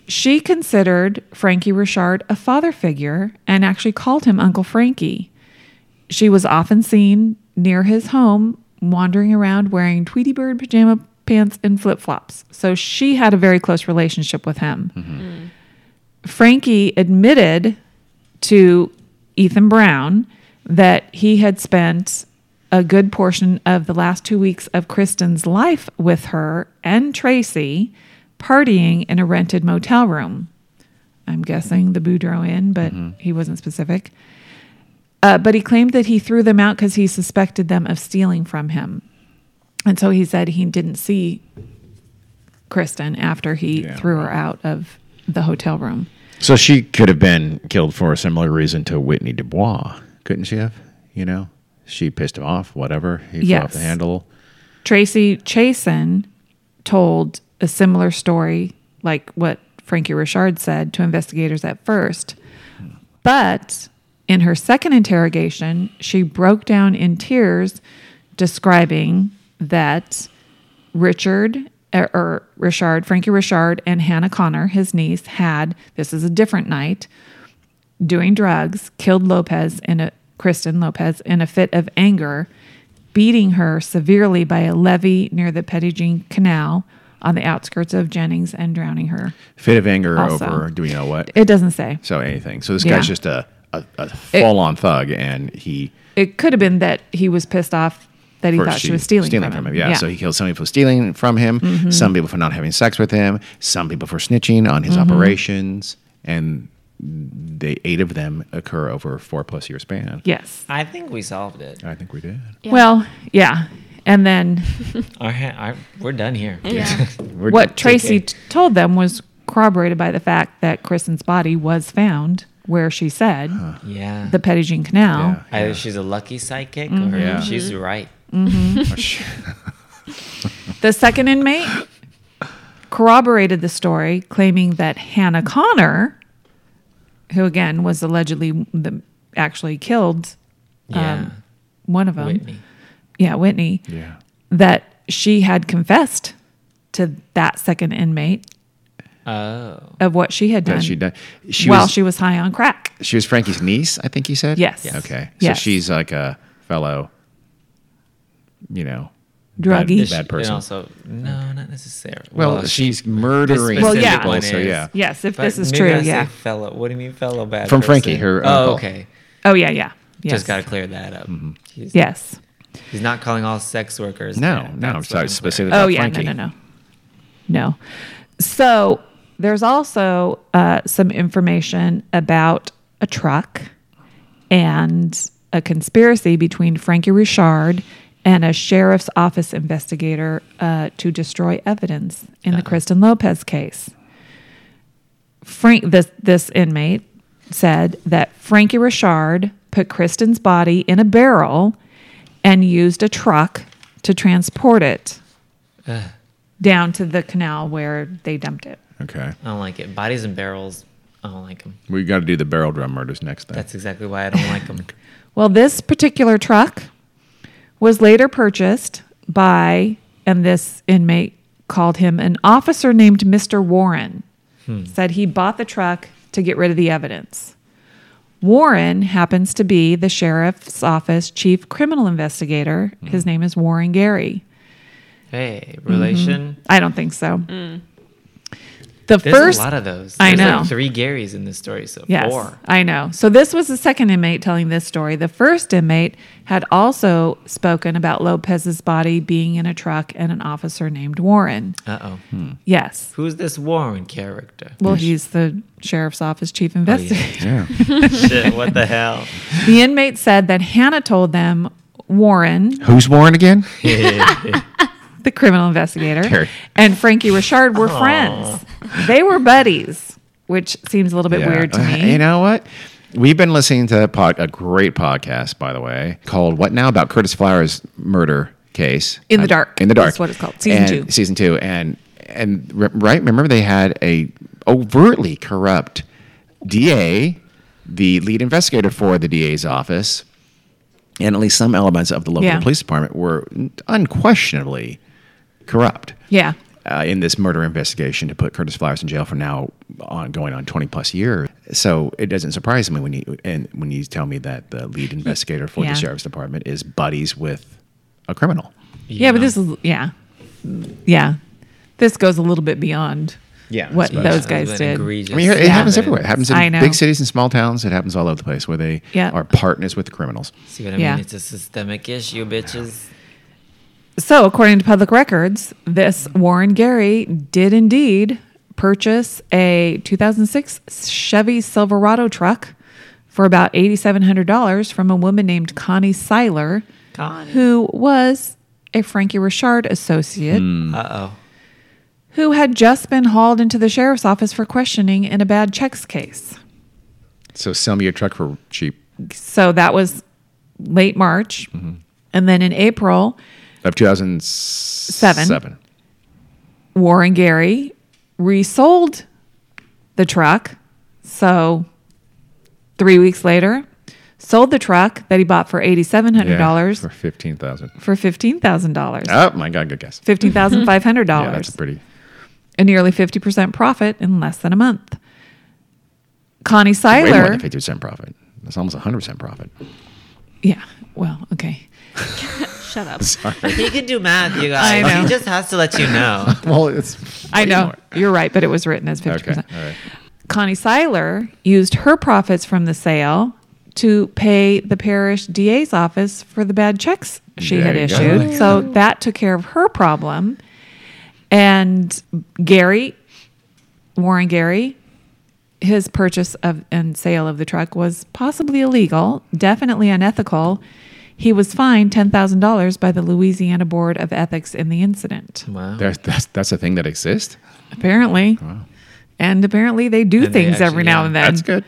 She considered Frankie Richard a father figure and actually called him Uncle Frankie. She was often seen near his home wandering around wearing Tweety Bird pajama pants and flip flops. So she had a very close relationship with him. Frankie admitted to Ethan Brown that he had spent a good portion of the last two weeks of Kristen's life with her and Tracy partying in a rented motel room. I'm guessing the Boudreaux Inn, but he wasn't specific. Uh, but he claimed that he threw them out because he suspected them of stealing from him. And so he said he didn't see Kristen after he Yeah. threw her out of the hotel room. So she could have been killed for a similar reason to Whitney Dubois, couldn't she have? You know, she pissed him off, whatever. He fell off the Yes. handle. Tracy Chasin told a similar story, like what Frankie Richard said to investigators at first. But in her second interrogation, she broke down in tears, describing that Richard er, or Richard, Frankie Richard, and Hannah Connor, his niece, had this is a different night doing drugs, killed Lopez in a Kristen Lopez in a fit of anger, beating her severely by a levee near the Pettigene Canal on the outskirts of Jennings and drowning her. Fit of anger Also. over, do we know what? It doesn't say. So anything. So this Yeah. guy's just a, a, a full on thug, and he It could have been that he was pissed off that he or thought she, was stealing, from, him. Mm-hmm. Yeah. So he killed some people for stealing from him, some people for not having sex with him, some people for snitching on his Mm-hmm. operations, and they eight of them occur over a four plus year span. yes. I think we solved it. I think we did. Yeah. Well, yeah. And then Our, ha- our we're done here. Yeah. We're what done. Tracy care. t- told them was corroborated by the fact that Kristen's body was found where she said Yeah. the Pettigene Canal. Yeah. Either she's a lucky psychic Mm-hmm. or Yeah. she's right. The second inmate corroborated the story, claiming that Hannah Connor, who again was allegedly the, actually killed Yeah. um, one of them, Whitney. yeah, Whitney, yeah. that she had confessed to that second inmate Oh. of what she had done That she done. She while was she was high on crack. she was Frankie's niece. I think you said. Yes. Yes. Okay. Yes. So she's like a fellow. You know. Druggie. Bad, Is bad And person. also, no, not necessarily. well, she's murdering this Well, people. yeah. one So is. yeah. Yes, if But this is maybe true, I say yeah. Fellow, what do you mean, fellow bad? From Frankie, person? her Oh, uncle. Mm-hmm. okay. Oh yeah, yeah, yes, Just got to clear that up. He's, yes. he's not calling all sex workers. No, bad. no. That's what so I'm it's clear. specifically. Oh about yeah, Frankie. no, no, no, no. So there's also uh, some information about a truck and a conspiracy between Frankie Richard and a sheriff's office investigator uh, to destroy evidence in the Kristen Lopez case. Frank, this this inmate said that Frankie Richard put Kristen's body in a barrel and used a truck to transport it down to the canal where they dumped it. Okay. I don't like it. Bodies and barrels. I don't like them. We got to do the barrel drum murders next time. That's exactly why I don't like them. Well, this particular truck was later purchased by, and this inmate called him an officer named Mr. Warren. Hmm. Said he bought the truck to get rid of the evidence. Warren happens to be the sheriff's office chief criminal investigator. Hmm. His name is Warren Gary. hey, relation. I don't think so. The There's Mm-hmm. first a lot of those. I There's know. Like three Garys in this story, so Yes, four. I know. So this was the second inmate telling this story. The first inmate had also spoken about Lopez's body being in a truck and an officer named Warren. Uh oh. Yes. Who's this Warren character? Well, he's the sheriff's office chief investigator. Oh, yeah. Shit, what the hell? The inmate said that Hannah told them Warren, Who's Warren again? the criminal investigator, Terry. Oh. and Frankie Richard were friends. They were buddies, which seems a little bit Yeah. weird to Uh, me. You know what? We've been listening to a, pod, a great podcast, by the way, called "What Now About Curtis Flowers Murder Case." In the Uh, Dark In the is dark. what it's called. Season And- two. Season two, and and re- right, remember they had a overtly corrupt DA, the lead investigator for the DA's office, and at least some elements of the local Yeah. police department were unquestionably corrupt yeah. uh, in this murder investigation to put Curtis Flowers in jail for now on going on 20 plus years. So it doesn't surprise me when you and when you tell me that the lead investigator for Yeah. the sheriff's department is buddies with a criminal. Yeah, but this is yeah, yeah. This goes a little bit beyond Yeah, what I suppose. those That's guys an did. egregious I mean, it Yeah. happens evidence. everywhere. It happens in I know. big cities and small towns. It happens all over the place where they Yeah. are partners with criminals. See what I mean? Yeah. It's a systemic issue, bitches. So, according to public records, this Warren Gary did indeed purchase a 2006 Chevy Silverado truck for about $8,700 from a woman named Connie Seiler, Connie. who was a Frankie Richard associate Hmm. Mm. Uh oh. who had just been hauled into the sheriff's office for questioning in a bad checks case. So sell me your truck for cheap So that was late March. Mm-hmm. And then in April, of 2007. Warren Gary resold the truck. So three weeks later, sold the truck that he bought for Yeah, $8,700 for 15000 for $15,000. Oh my God, good guess. $15,500. Yeah, that's a pretty. a nearly 50% profit in less than a month. Connie Way more than Seiler. fifty percent profit. That's almost hundred percent profit. Yeah. Well, okay. Shut up. Sorry. He can do math, you I guys. know. He just has to let you know. well, it's I way know more. you're right, but it was written as 50%. Okay. All right. Connie Seiler used her profits from the sale to pay the parish DA's office for the bad checks she There had you go. issued. So that took care of her problem. And Gary, Warren Gary, his purchase of and sale of the truck was possibly illegal, definitely unethical. He was fined $10,000 by the Louisiana Board of Ethics in the incident. Wow. That's, that's that's a thing that exists. Apparently. And apparently they And do they things actually- every now yeah. and then. That's good.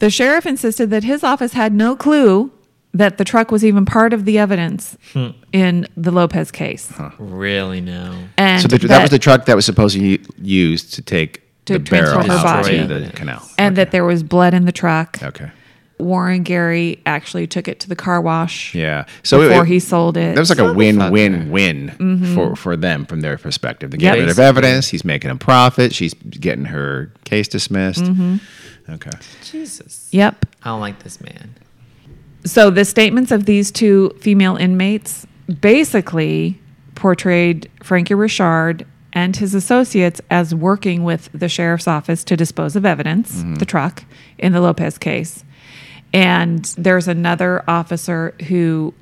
The sheriff insisted that his office had no clue that the truck was even part of the evidence Hmm. in the Lopez case. Really no. And so the, that, was the truck that was supposedly used to take To the barrel transfer her out body. to the canal. and that there was blood in the truck. Okay. Warren Gary actually took it to the car wash Yeah. So it- before it, he Mm-hmm. sold it. That was like a fuck. win-win-win for for them from their perspective. They get Yeah. rid of evidence. He's making a profit. She's getting her case dismissed. Mm-hmm. Okay. Jesus. Yep. I don't like this man. So the statements of these two female inmates basically portrayed Frankie Richard and his associates as working with the sheriff's office to dispose of evidence, the truck, in the Lopez case. And there's another officer who,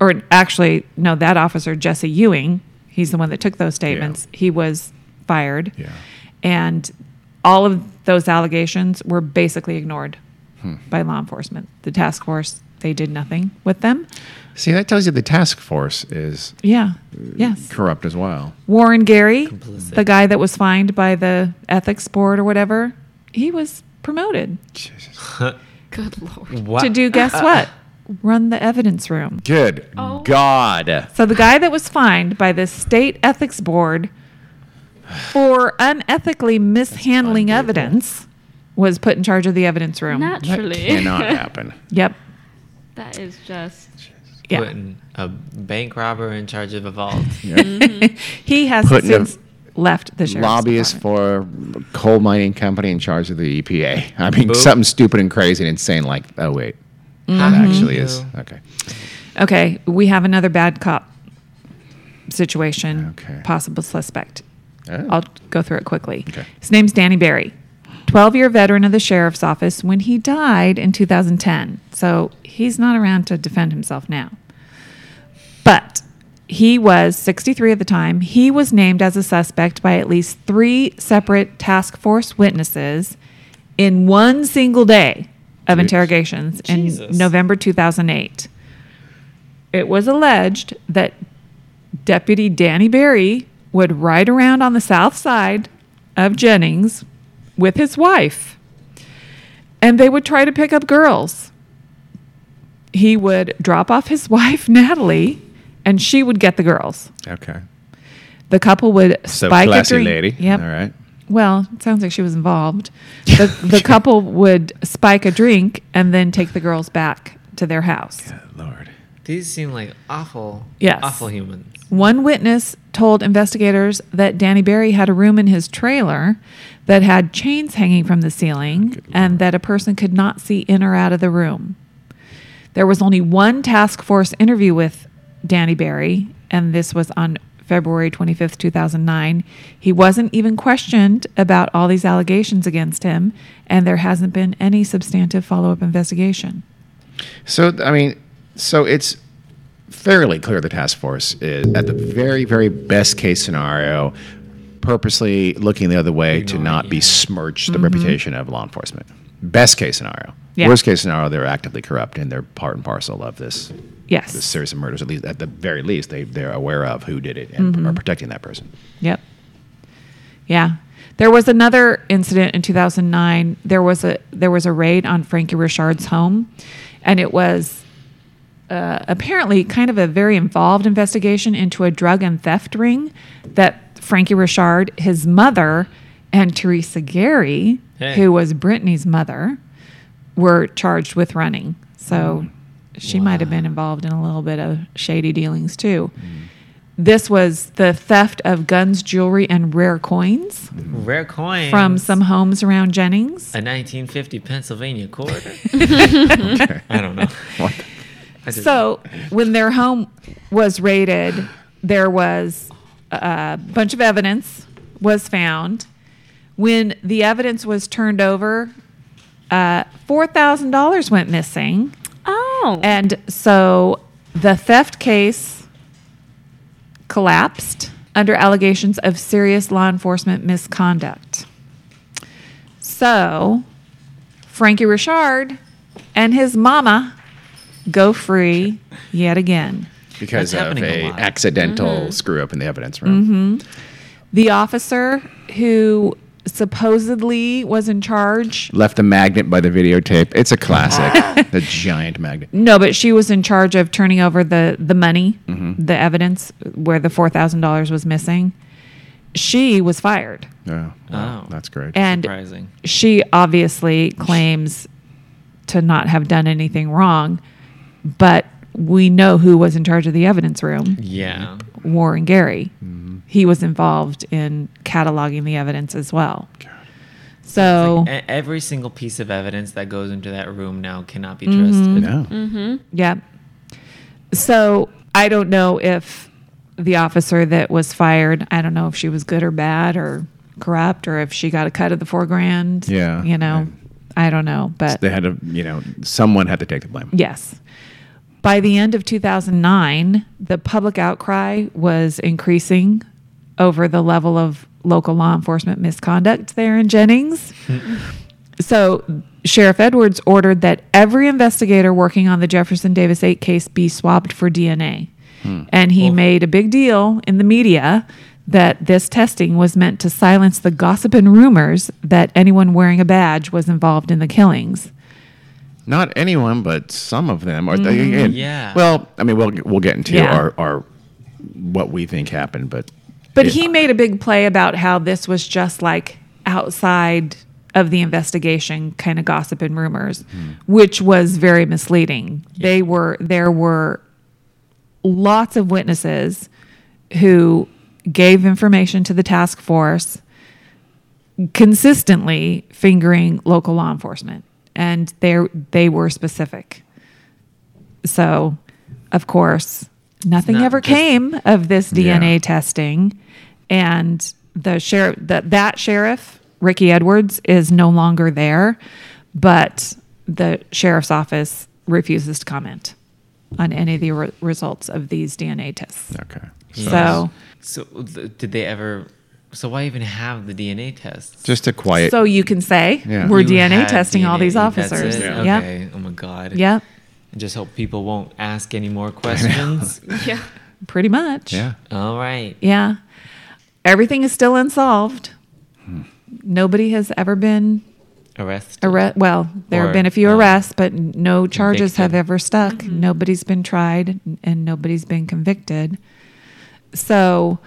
or actually, no, that officer, Jesse Ewing, he's the one that took those statements. He was fired. Yeah. And all of those allegations were basically ignored Hmm. by law enforcement. The task force, they did nothing with them. See, that tells you the task force is Yeah. Yes. corrupt as well. Warren Gary, Uh, Complicit. the guy that was fined by the ethics board or whatever, he was promoted Jesus. Good lord. What? Uh, to do guess what? Run the evidence room. Good Oh. God. So the guy that was fined by the state ethics board for unethically mishandling unbelievable. evidence was put in charge of the evidence room. That Naturally. cannot happen. yep. that is just. Yeah. Putting a bank robber in charge of a vault. He has Putting a since left the sheriff's Lobbyist department. for coal mining company in charge of the EPA. I mean, Boop. something stupid and crazy and insane like, oh, wait. Mm-hmm. That actually is. uh, Mhm. Okay. Okay, we have another bad cop situation. Okay. Possible suspect. Oh. I'll go through it quickly. Okay. His name's Danny Barry, 12 year veteran of the sheriff's office when he died in 2010. So he's not around to defend himself now. But he was 63 at the time. He was named as a suspect by at least three separate task force witnesses in one single day of Jeez. interrogations in Jesus. November 2008. It was alleged that Deputy Danny Barry would ride around on the south side of Jennings with his wife, and they would try to pick up girls he would drop off his wife Natalie, and she would get the girls. Okay. The couple would So, spike classy a drink. lady. Yep. All right. Well, it sounds like she was involved. The, the couple would spike a drink and then take the girls back to their house. Good Lord. These seem like awful, Yes. awful humans. One witness told investigators that Danny Barry had a room in his trailer that had chains hanging from the ceiling and that a person could not see in or out of the room. There was only one task force interview with Danny Barry, and this was on February 25th, 2009. He wasn't even questioned about all these allegations against him, and there hasn't been any substantive follow up investigation. So th- I mean, so it's fairly clear the task force is at the very, very best case scenario, purposely looking the other way to Ignoring, not yeah. besmirch the reputation of law enforcement. Best case scenario. Mm-hmm. Yeah. Worst case scenario, they're actively corrupt and they're part and parcel of this Yes. this series of murders. At least, at the very least, they they're aware of who did it and Mm-hmm. are protecting that person. Yep. Yeah. There was another incident in 2009. There was a there was a raid on Frankie Richard's home, and it was uh, apparently kind of a very involved investigation into a drug and theft ring that Frankie Richard, his mother, and Teresa Gary, Hey. who was Brittany's mother, were charged with running. So she might have been involved in a little bit of shady dealings too. This was the theft of guns, jewelry, and rare coins Rare coins. from some homes around Jennings. A 1950 Pennsylvania quarter. I don't know. What? I just- So when their home was raided, there was uh, a bunch of evidence was found. When the evidence was turned over, uh, four thousand dollars went missing, Oh. and so the theft case collapsed under allegations of serious law enforcement misconduct. So Frankie Richard and his mama go free yet again. Because That's of happening a a lot. accidental Mm-hmm. screw up in the evidence room. The officer who supposedly was in charge, Left the magnet by the videotape. It's a classic. the giant magnet. no, but she was in charge of turning over the the money, Mm-hmm. the evidence where the four thousand dollars was missing. She was fired, Oh, wow, Oh. that's great. and surprising. she obviously claims to not have done anything wrong, but we know who was in charge of the evidence room. Yeah. Mm-hmm. Warren Gary. He was involved in cataloging the evidence as well. So, E- Every single piece of evidence that goes into that room now cannot be Mm-hmm. trusted. no. yeah. So, I don't know if the officer that was fired, I don't know if she was good or bad or corrupt or if she got a cut of the four grand. Yeah, You know, I don't know. But They had to, you know, someone had to take the blame. Yes. By the end of 2009, the public outcry was increasing over the level of local law enforcement misconduct there in Jennings. so, Sheriff Edwards ordered that every investigator working on the Jefferson Davis 8 case be swabbed for DNA. And he made a big deal in the media that this testing was meant to silence the gossip and rumors that anyone wearing a badge was involved in the killings. Not anyone, but some of them are. They, again, Yeah. Well, I mean, we'll we'll get into Mm-hmm. Yeah. our, our what we think happened, but But it- he made a big play about how this was just like outside of the investigation kind of gossip and rumors, which was very misleading. They were there were lots of witnesses who gave information to the task force consistently fingering local law enforcement and they they were specific. So, of course, nothing not ever just- came of this DNA Yeah. testing, and the sheriff that that sheriff Ricky Edwards is no longer there, but the sheriff's office refuses to comment on any of the re- results of these DNA tests. okay. So, So th- did they ever? So why even have the DNA tests? just a quiet. so you can say Yeah. we're You DNA had testing all DNA these that's officers. it? Yeah. Okay. Oh my God. Yep. I just hope people won't ask any more questions. yeah. Pretty much. yeah. All right. Yeah. Everything is still unsolved. Hmm. Nobody has ever been Arrest. arrest. Well, there Or, have been a few um, arrests, but no charges have convicted. ever stuck. Nobody's been tried and nobody's been convicted. So,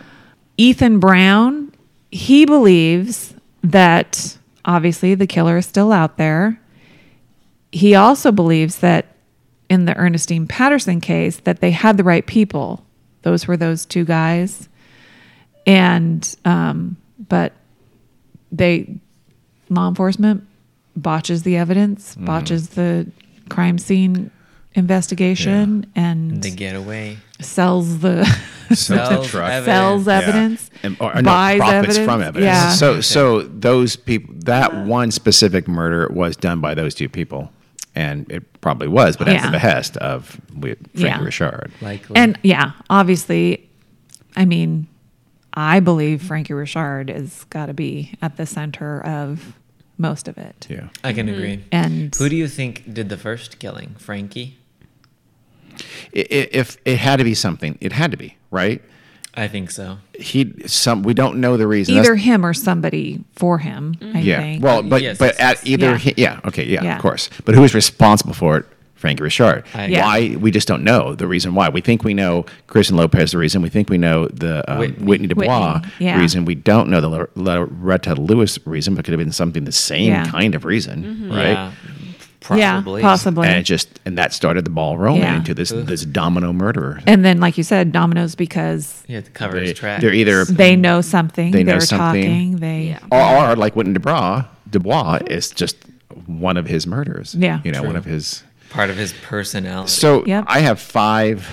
Ethan Brown, he believes that obviously the killer is still out there. He also believes that in the Ernestine Patterson case that they had the right people. Those were those two guys. And um but they law enforcement botches the evidence, botches the crime scene investigation, and They get away. sells the Sells the Sells truck. evidence. sells Yeah. evidence, And, or, or buys no, profits evidence. from evidence. Yeah. So, so those people, that one specific murder was done by those two people, and it probably was, but at Yeah. the behest of we- Frankie Yeah. Richard. Likely. and yeah, obviously, I mean, I believe Frankie Richard has got to be at the center of most of it. Yeah. I can agree. Mm-hmm. And Who do you think did the first killing? Frankie? I- i- if it had to be something, it had to be right. I think so. He some we don't know the reason. That's- either him or somebody for him, Mm-hmm. I Yeah. think. Well, but Yes, but yes, at yes. either Yeah. he- yeah, okay, yeah, Yeah. of course. But who is responsible for it? Frankie Richard. I- Yeah. Why we just don't know the reason why. We think we know Kristen Lopez the reason. We think we know the um, Whitney. Whitney. Dubois Whitney, yeah. reason. We don't know the Lor- Loretta Lewis reason, but it could have been something the same Yeah. kind of reason, right? Mm-hmm. Yeah. Probably. Yeah, possibly. and it just and that started the ball rolling Yeah. into this this domino murderer. And then, like you said, dominoes because You have to cover They, his tracks. are either they know something. They know are something. talking. They Yeah. or, or like Wynton Dubois, Dubois is just one of his murders. Yeah. you know, True. one of his. part of his personality. So Yep. I have five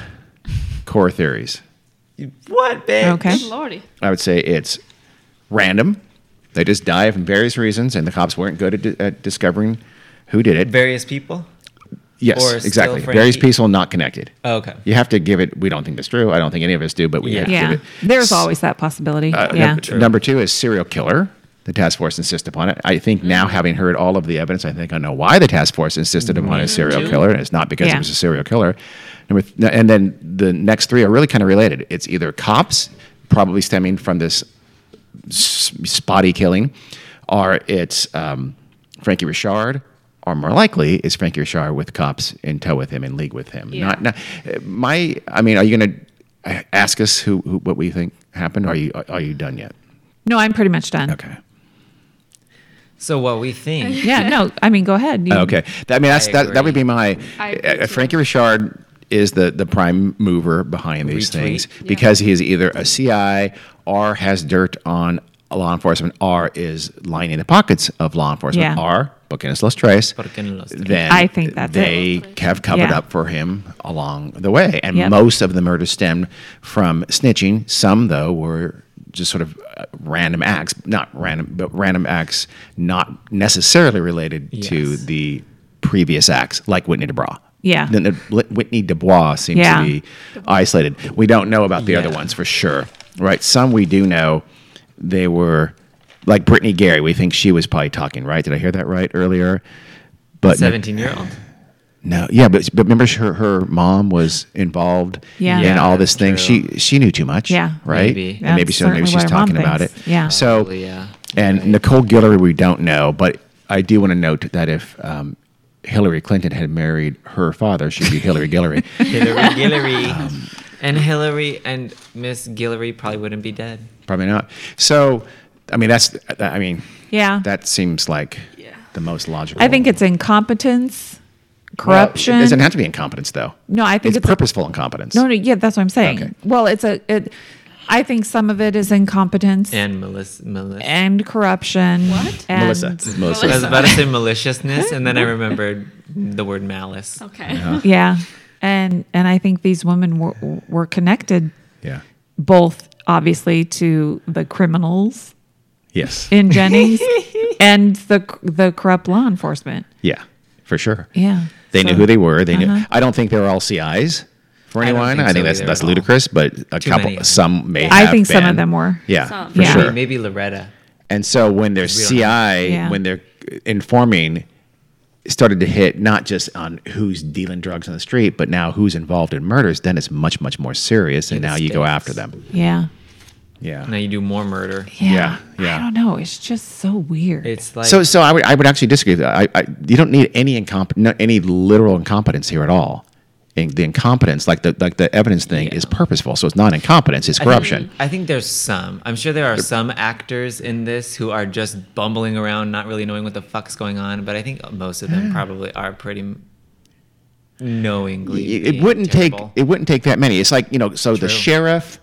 core theories. what, bitch? Okay. Good lordy. I would say it's random. They just die from various reasons, and the cops weren't good at, di- at discovering who did it. Various people. yes, or still exactly. Frankie- Various people not connected. Okay. You have to give it. We don't think that's true. I don't think any of us do, but we have to Yeah. give it. There's always that possibility. Uh, yeah. num- number two is serial killer. The task force insists upon it. I think now, having heard all of the evidence, I think I know why the task force insisted upon a serial killer, and it's not because Yeah. it was a serial killer. Number th- and then the next three are really kind of related. It's either cops, probably stemming from this s- spotty killing, or it's um, Frankie Richard, or more likely it's Frankie Richard with cops in tow with him in league with him. Yeah. Not, not uh, my. I mean, are you going to ask us who, who what we think happened? Are you are, are you done yet? no, I'm pretty much done. Okay. So what we think? Yeah. No, I mean, go ahead. You- Okay. That, I mean, that's that, that would be my. I agree Uh, too. Frankie Richard is the the prime mover behind these Retweet. things Yeah. because he is either a CI or has dirt on law enforcement, or is lining the pockets of law enforcement, Yeah. or Bucanas Los Tres. Porque no los tres. Then I think that's it. they have covered Yeah. up for him along the way, and Yep. most of the murders stemmed from snitching. Some though were just sort of uh, random acts, not random, but random acts not necessarily related to Yes. the previous acts, like Whitney DeBra. Yeah. Then the- Li- Whitney Dubois seems Yeah. to be isolated. We don't know about the other Yeah. ones for sure, right? Some we do know. They were like Brittany Gary. We think she was probably talking, right? Did I hear that right earlier? But no- Seventeen-year-old. no, yeah, but but remember her her mom was involved Yeah. in all this thing. True. She she knew too much. Yeah. right. Maybe. and maybe That's so. Maybe certainly she's what her mom talking about it. thinks. Yeah. So Probably, yeah. and Nicole Guillory, we don't know, but I do want to note that if um, Hillary Clinton had married her father, she'd be Hillary Guillory. Hillary Guillory. Um, and Hillary and Miss Guillory probably wouldn't be dead. Probably not. So, I mean, that's I mean, Yeah. that seems like Yeah. the most logical. I think it's incompetence, Well, corruption. it doesn't have to be incompetence, though. No, I think it's, it's a- purposeful incompetence. no, no, yeah, that's what I'm saying. Okay. Well, it's a. It, I think some of it is incompetence and, And Melissa. Melissa. corruption. What? and- Melissa. Melissa. I was about to say maliciousness, and then I remembered the word malice. Okay. Yeah, and and I think these women were were connected Yeah. both obviously to the criminals Yes. in Jennings and the the corrupt law enforcement. yeah. For sure. Yeah, They knew who they were. They knew. Uh-huh. I don't think they were all CIs for I don't anyone. I think think, that's so either that's at all. ludicrous, but a Too couple, many. some may. I have think some of been. them were. Yeah, Some. for Yeah. sure. Maybe Loretta. And so when their don't CI, Yeah. when they're informing, it started to hit not just on who's dealing drugs on the street, but now who's involved in murders. Then it's much much more serious, and Yeah, the now you go stakes. after them. Yeah. Yeah. Now you do more murder. Yeah, yeah. I don't know. It's just so weird. It's like so so I would I would actually disagree. With that. I, I you don't need any incomp no, any literal incompetence here at all. In, the incompetence, like the like the evidence thing, is purposeful. So it's not incompetence; it's corruption. I think there's some. I'm sure there are some actors in this who are just bumbling around, not really knowing what the fuck's going on. But I think most of them probably are pretty m- knowingly. it, being wouldn't terrible. take it wouldn't take that many. It's like you know, so the True. sheriff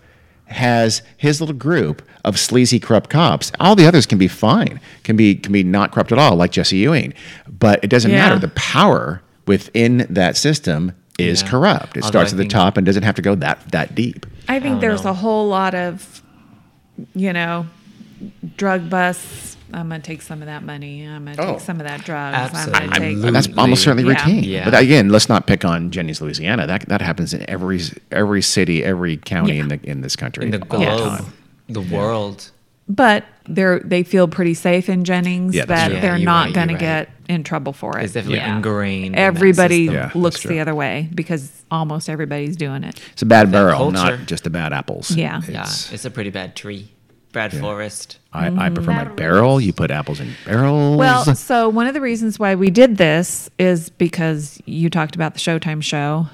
has his little group of sleazy corrupt cops. All the others can be fine, can be can be not corrupt at all, like Jesse Ewing. But it doesn't Yeah. matter. The power within that system is Yeah. corrupt. It Although starts I at the think- top and doesn't have to go that that deep. I think don't there's know. a whole lot of, you know, drug busts. I'm gonna take some of that money. I'm gonna Oh. take some of that drugs. I'm gonna Absolutely. take. That's almost certainly Yeah. routine. Mm, Yeah. But again, let's not pick on Jennings, Louisiana. That that happens in every every city, every county in the in this country. in the all globe, the Yes. time. the world. But they're they feel pretty safe in Jennings Yeah, that's that true. Yeah, they're you're not right, gonna you're right. get in trouble for it. It's definitely ingrained in that Everybody system. Yeah, that's looks true. the other way because almost everybody's doing it. It's a bad barrel, culture. not just the bad apples. Yeah. Yeah, It's- it's a pretty bad tree. Brad Forrest. I, I prefer my Barrels. barrel. You put apples in barrels. Well, so one of the reasons why we did this is because you talked about the Showtime show.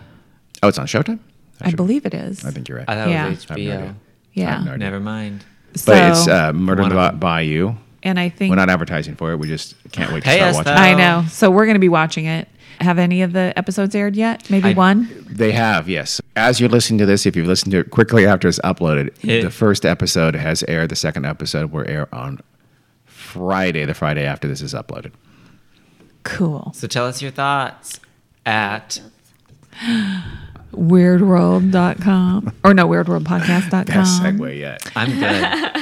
oh, it's on Showtime. I believe it is. I think you're right. I thought Yeah. it was I have no HBO. idea. Yeah. I have no idea. Never mind. But it's uh, One Murder of by, them. by You. And I think We're not advertising for it. We just can't wait to Pay start us, watching. though. it. I know. So we're going to be watching it. Have any of the episodes aired yet? Maybe I- one. They have, yes. As you're listening to this, if you've listened to it quickly after it's uploaded, Yeah. the first episode has aired. The second episode will air on Friday, the Friday after this is uploaded. Cool. So tell us your thoughts at Weirdworld.com or no, weirdworldpodcast.com. Best segue yet. I'm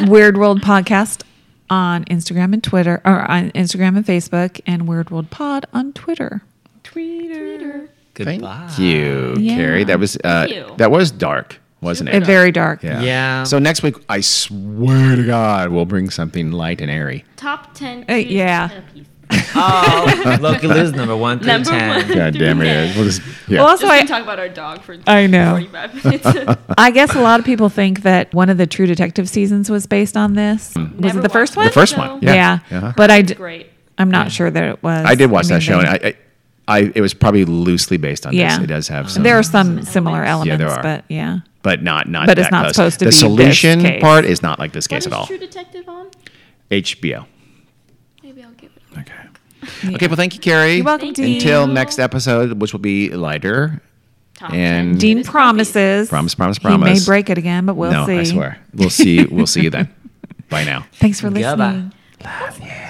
good. Weird World Podcast on Instagram and Twitter, or on Instagram and Facebook, and Weird World Pod on Twitter. Peter. Thank Goodbye. you, Yeah. Carrie. That was uh, you. that was dark, wasn't It it? very dark. Yeah. So next week, I swear to God, we'll bring something light and airy. Top 10 Uh, cutest yeah. puppies. Oh, Loki Lou's number one through Number ten. one. God damn it! We'll just yeah. Well, also, Just gonna I, talk about our dog for I know. 45 minutes. I guess a lot of people think that one of the True Detective seasons was based on this. Was Never it the first watched one? Mm. the first So- one, Yeah. yeah. Uh-huh. But I, d- Great. I'm not sure that it was. I did watch mean, that show, they- and I, I, I, it was probably loosely based on Yeah. Uh-huh. this. It does have some, there are some similar elements, Yeah, there are. but yeah. but not not. But it's that close. not supposed to the be this solution case. part is not like this What case at is all. True Detective on? HBO. Maybe I'll give it a Okay. Okay. Well, thank you, Carrie. You're welcome, Thank Dean. you. Until next episode, which will be lighter. top And- Dean 10 cutest puppies. promises. Promise, promise, He may promise. break it again, but we'll no, see. I swear. We'll see. We'll see you then. Bye now. Thanks for Goodbye. listening. Love you.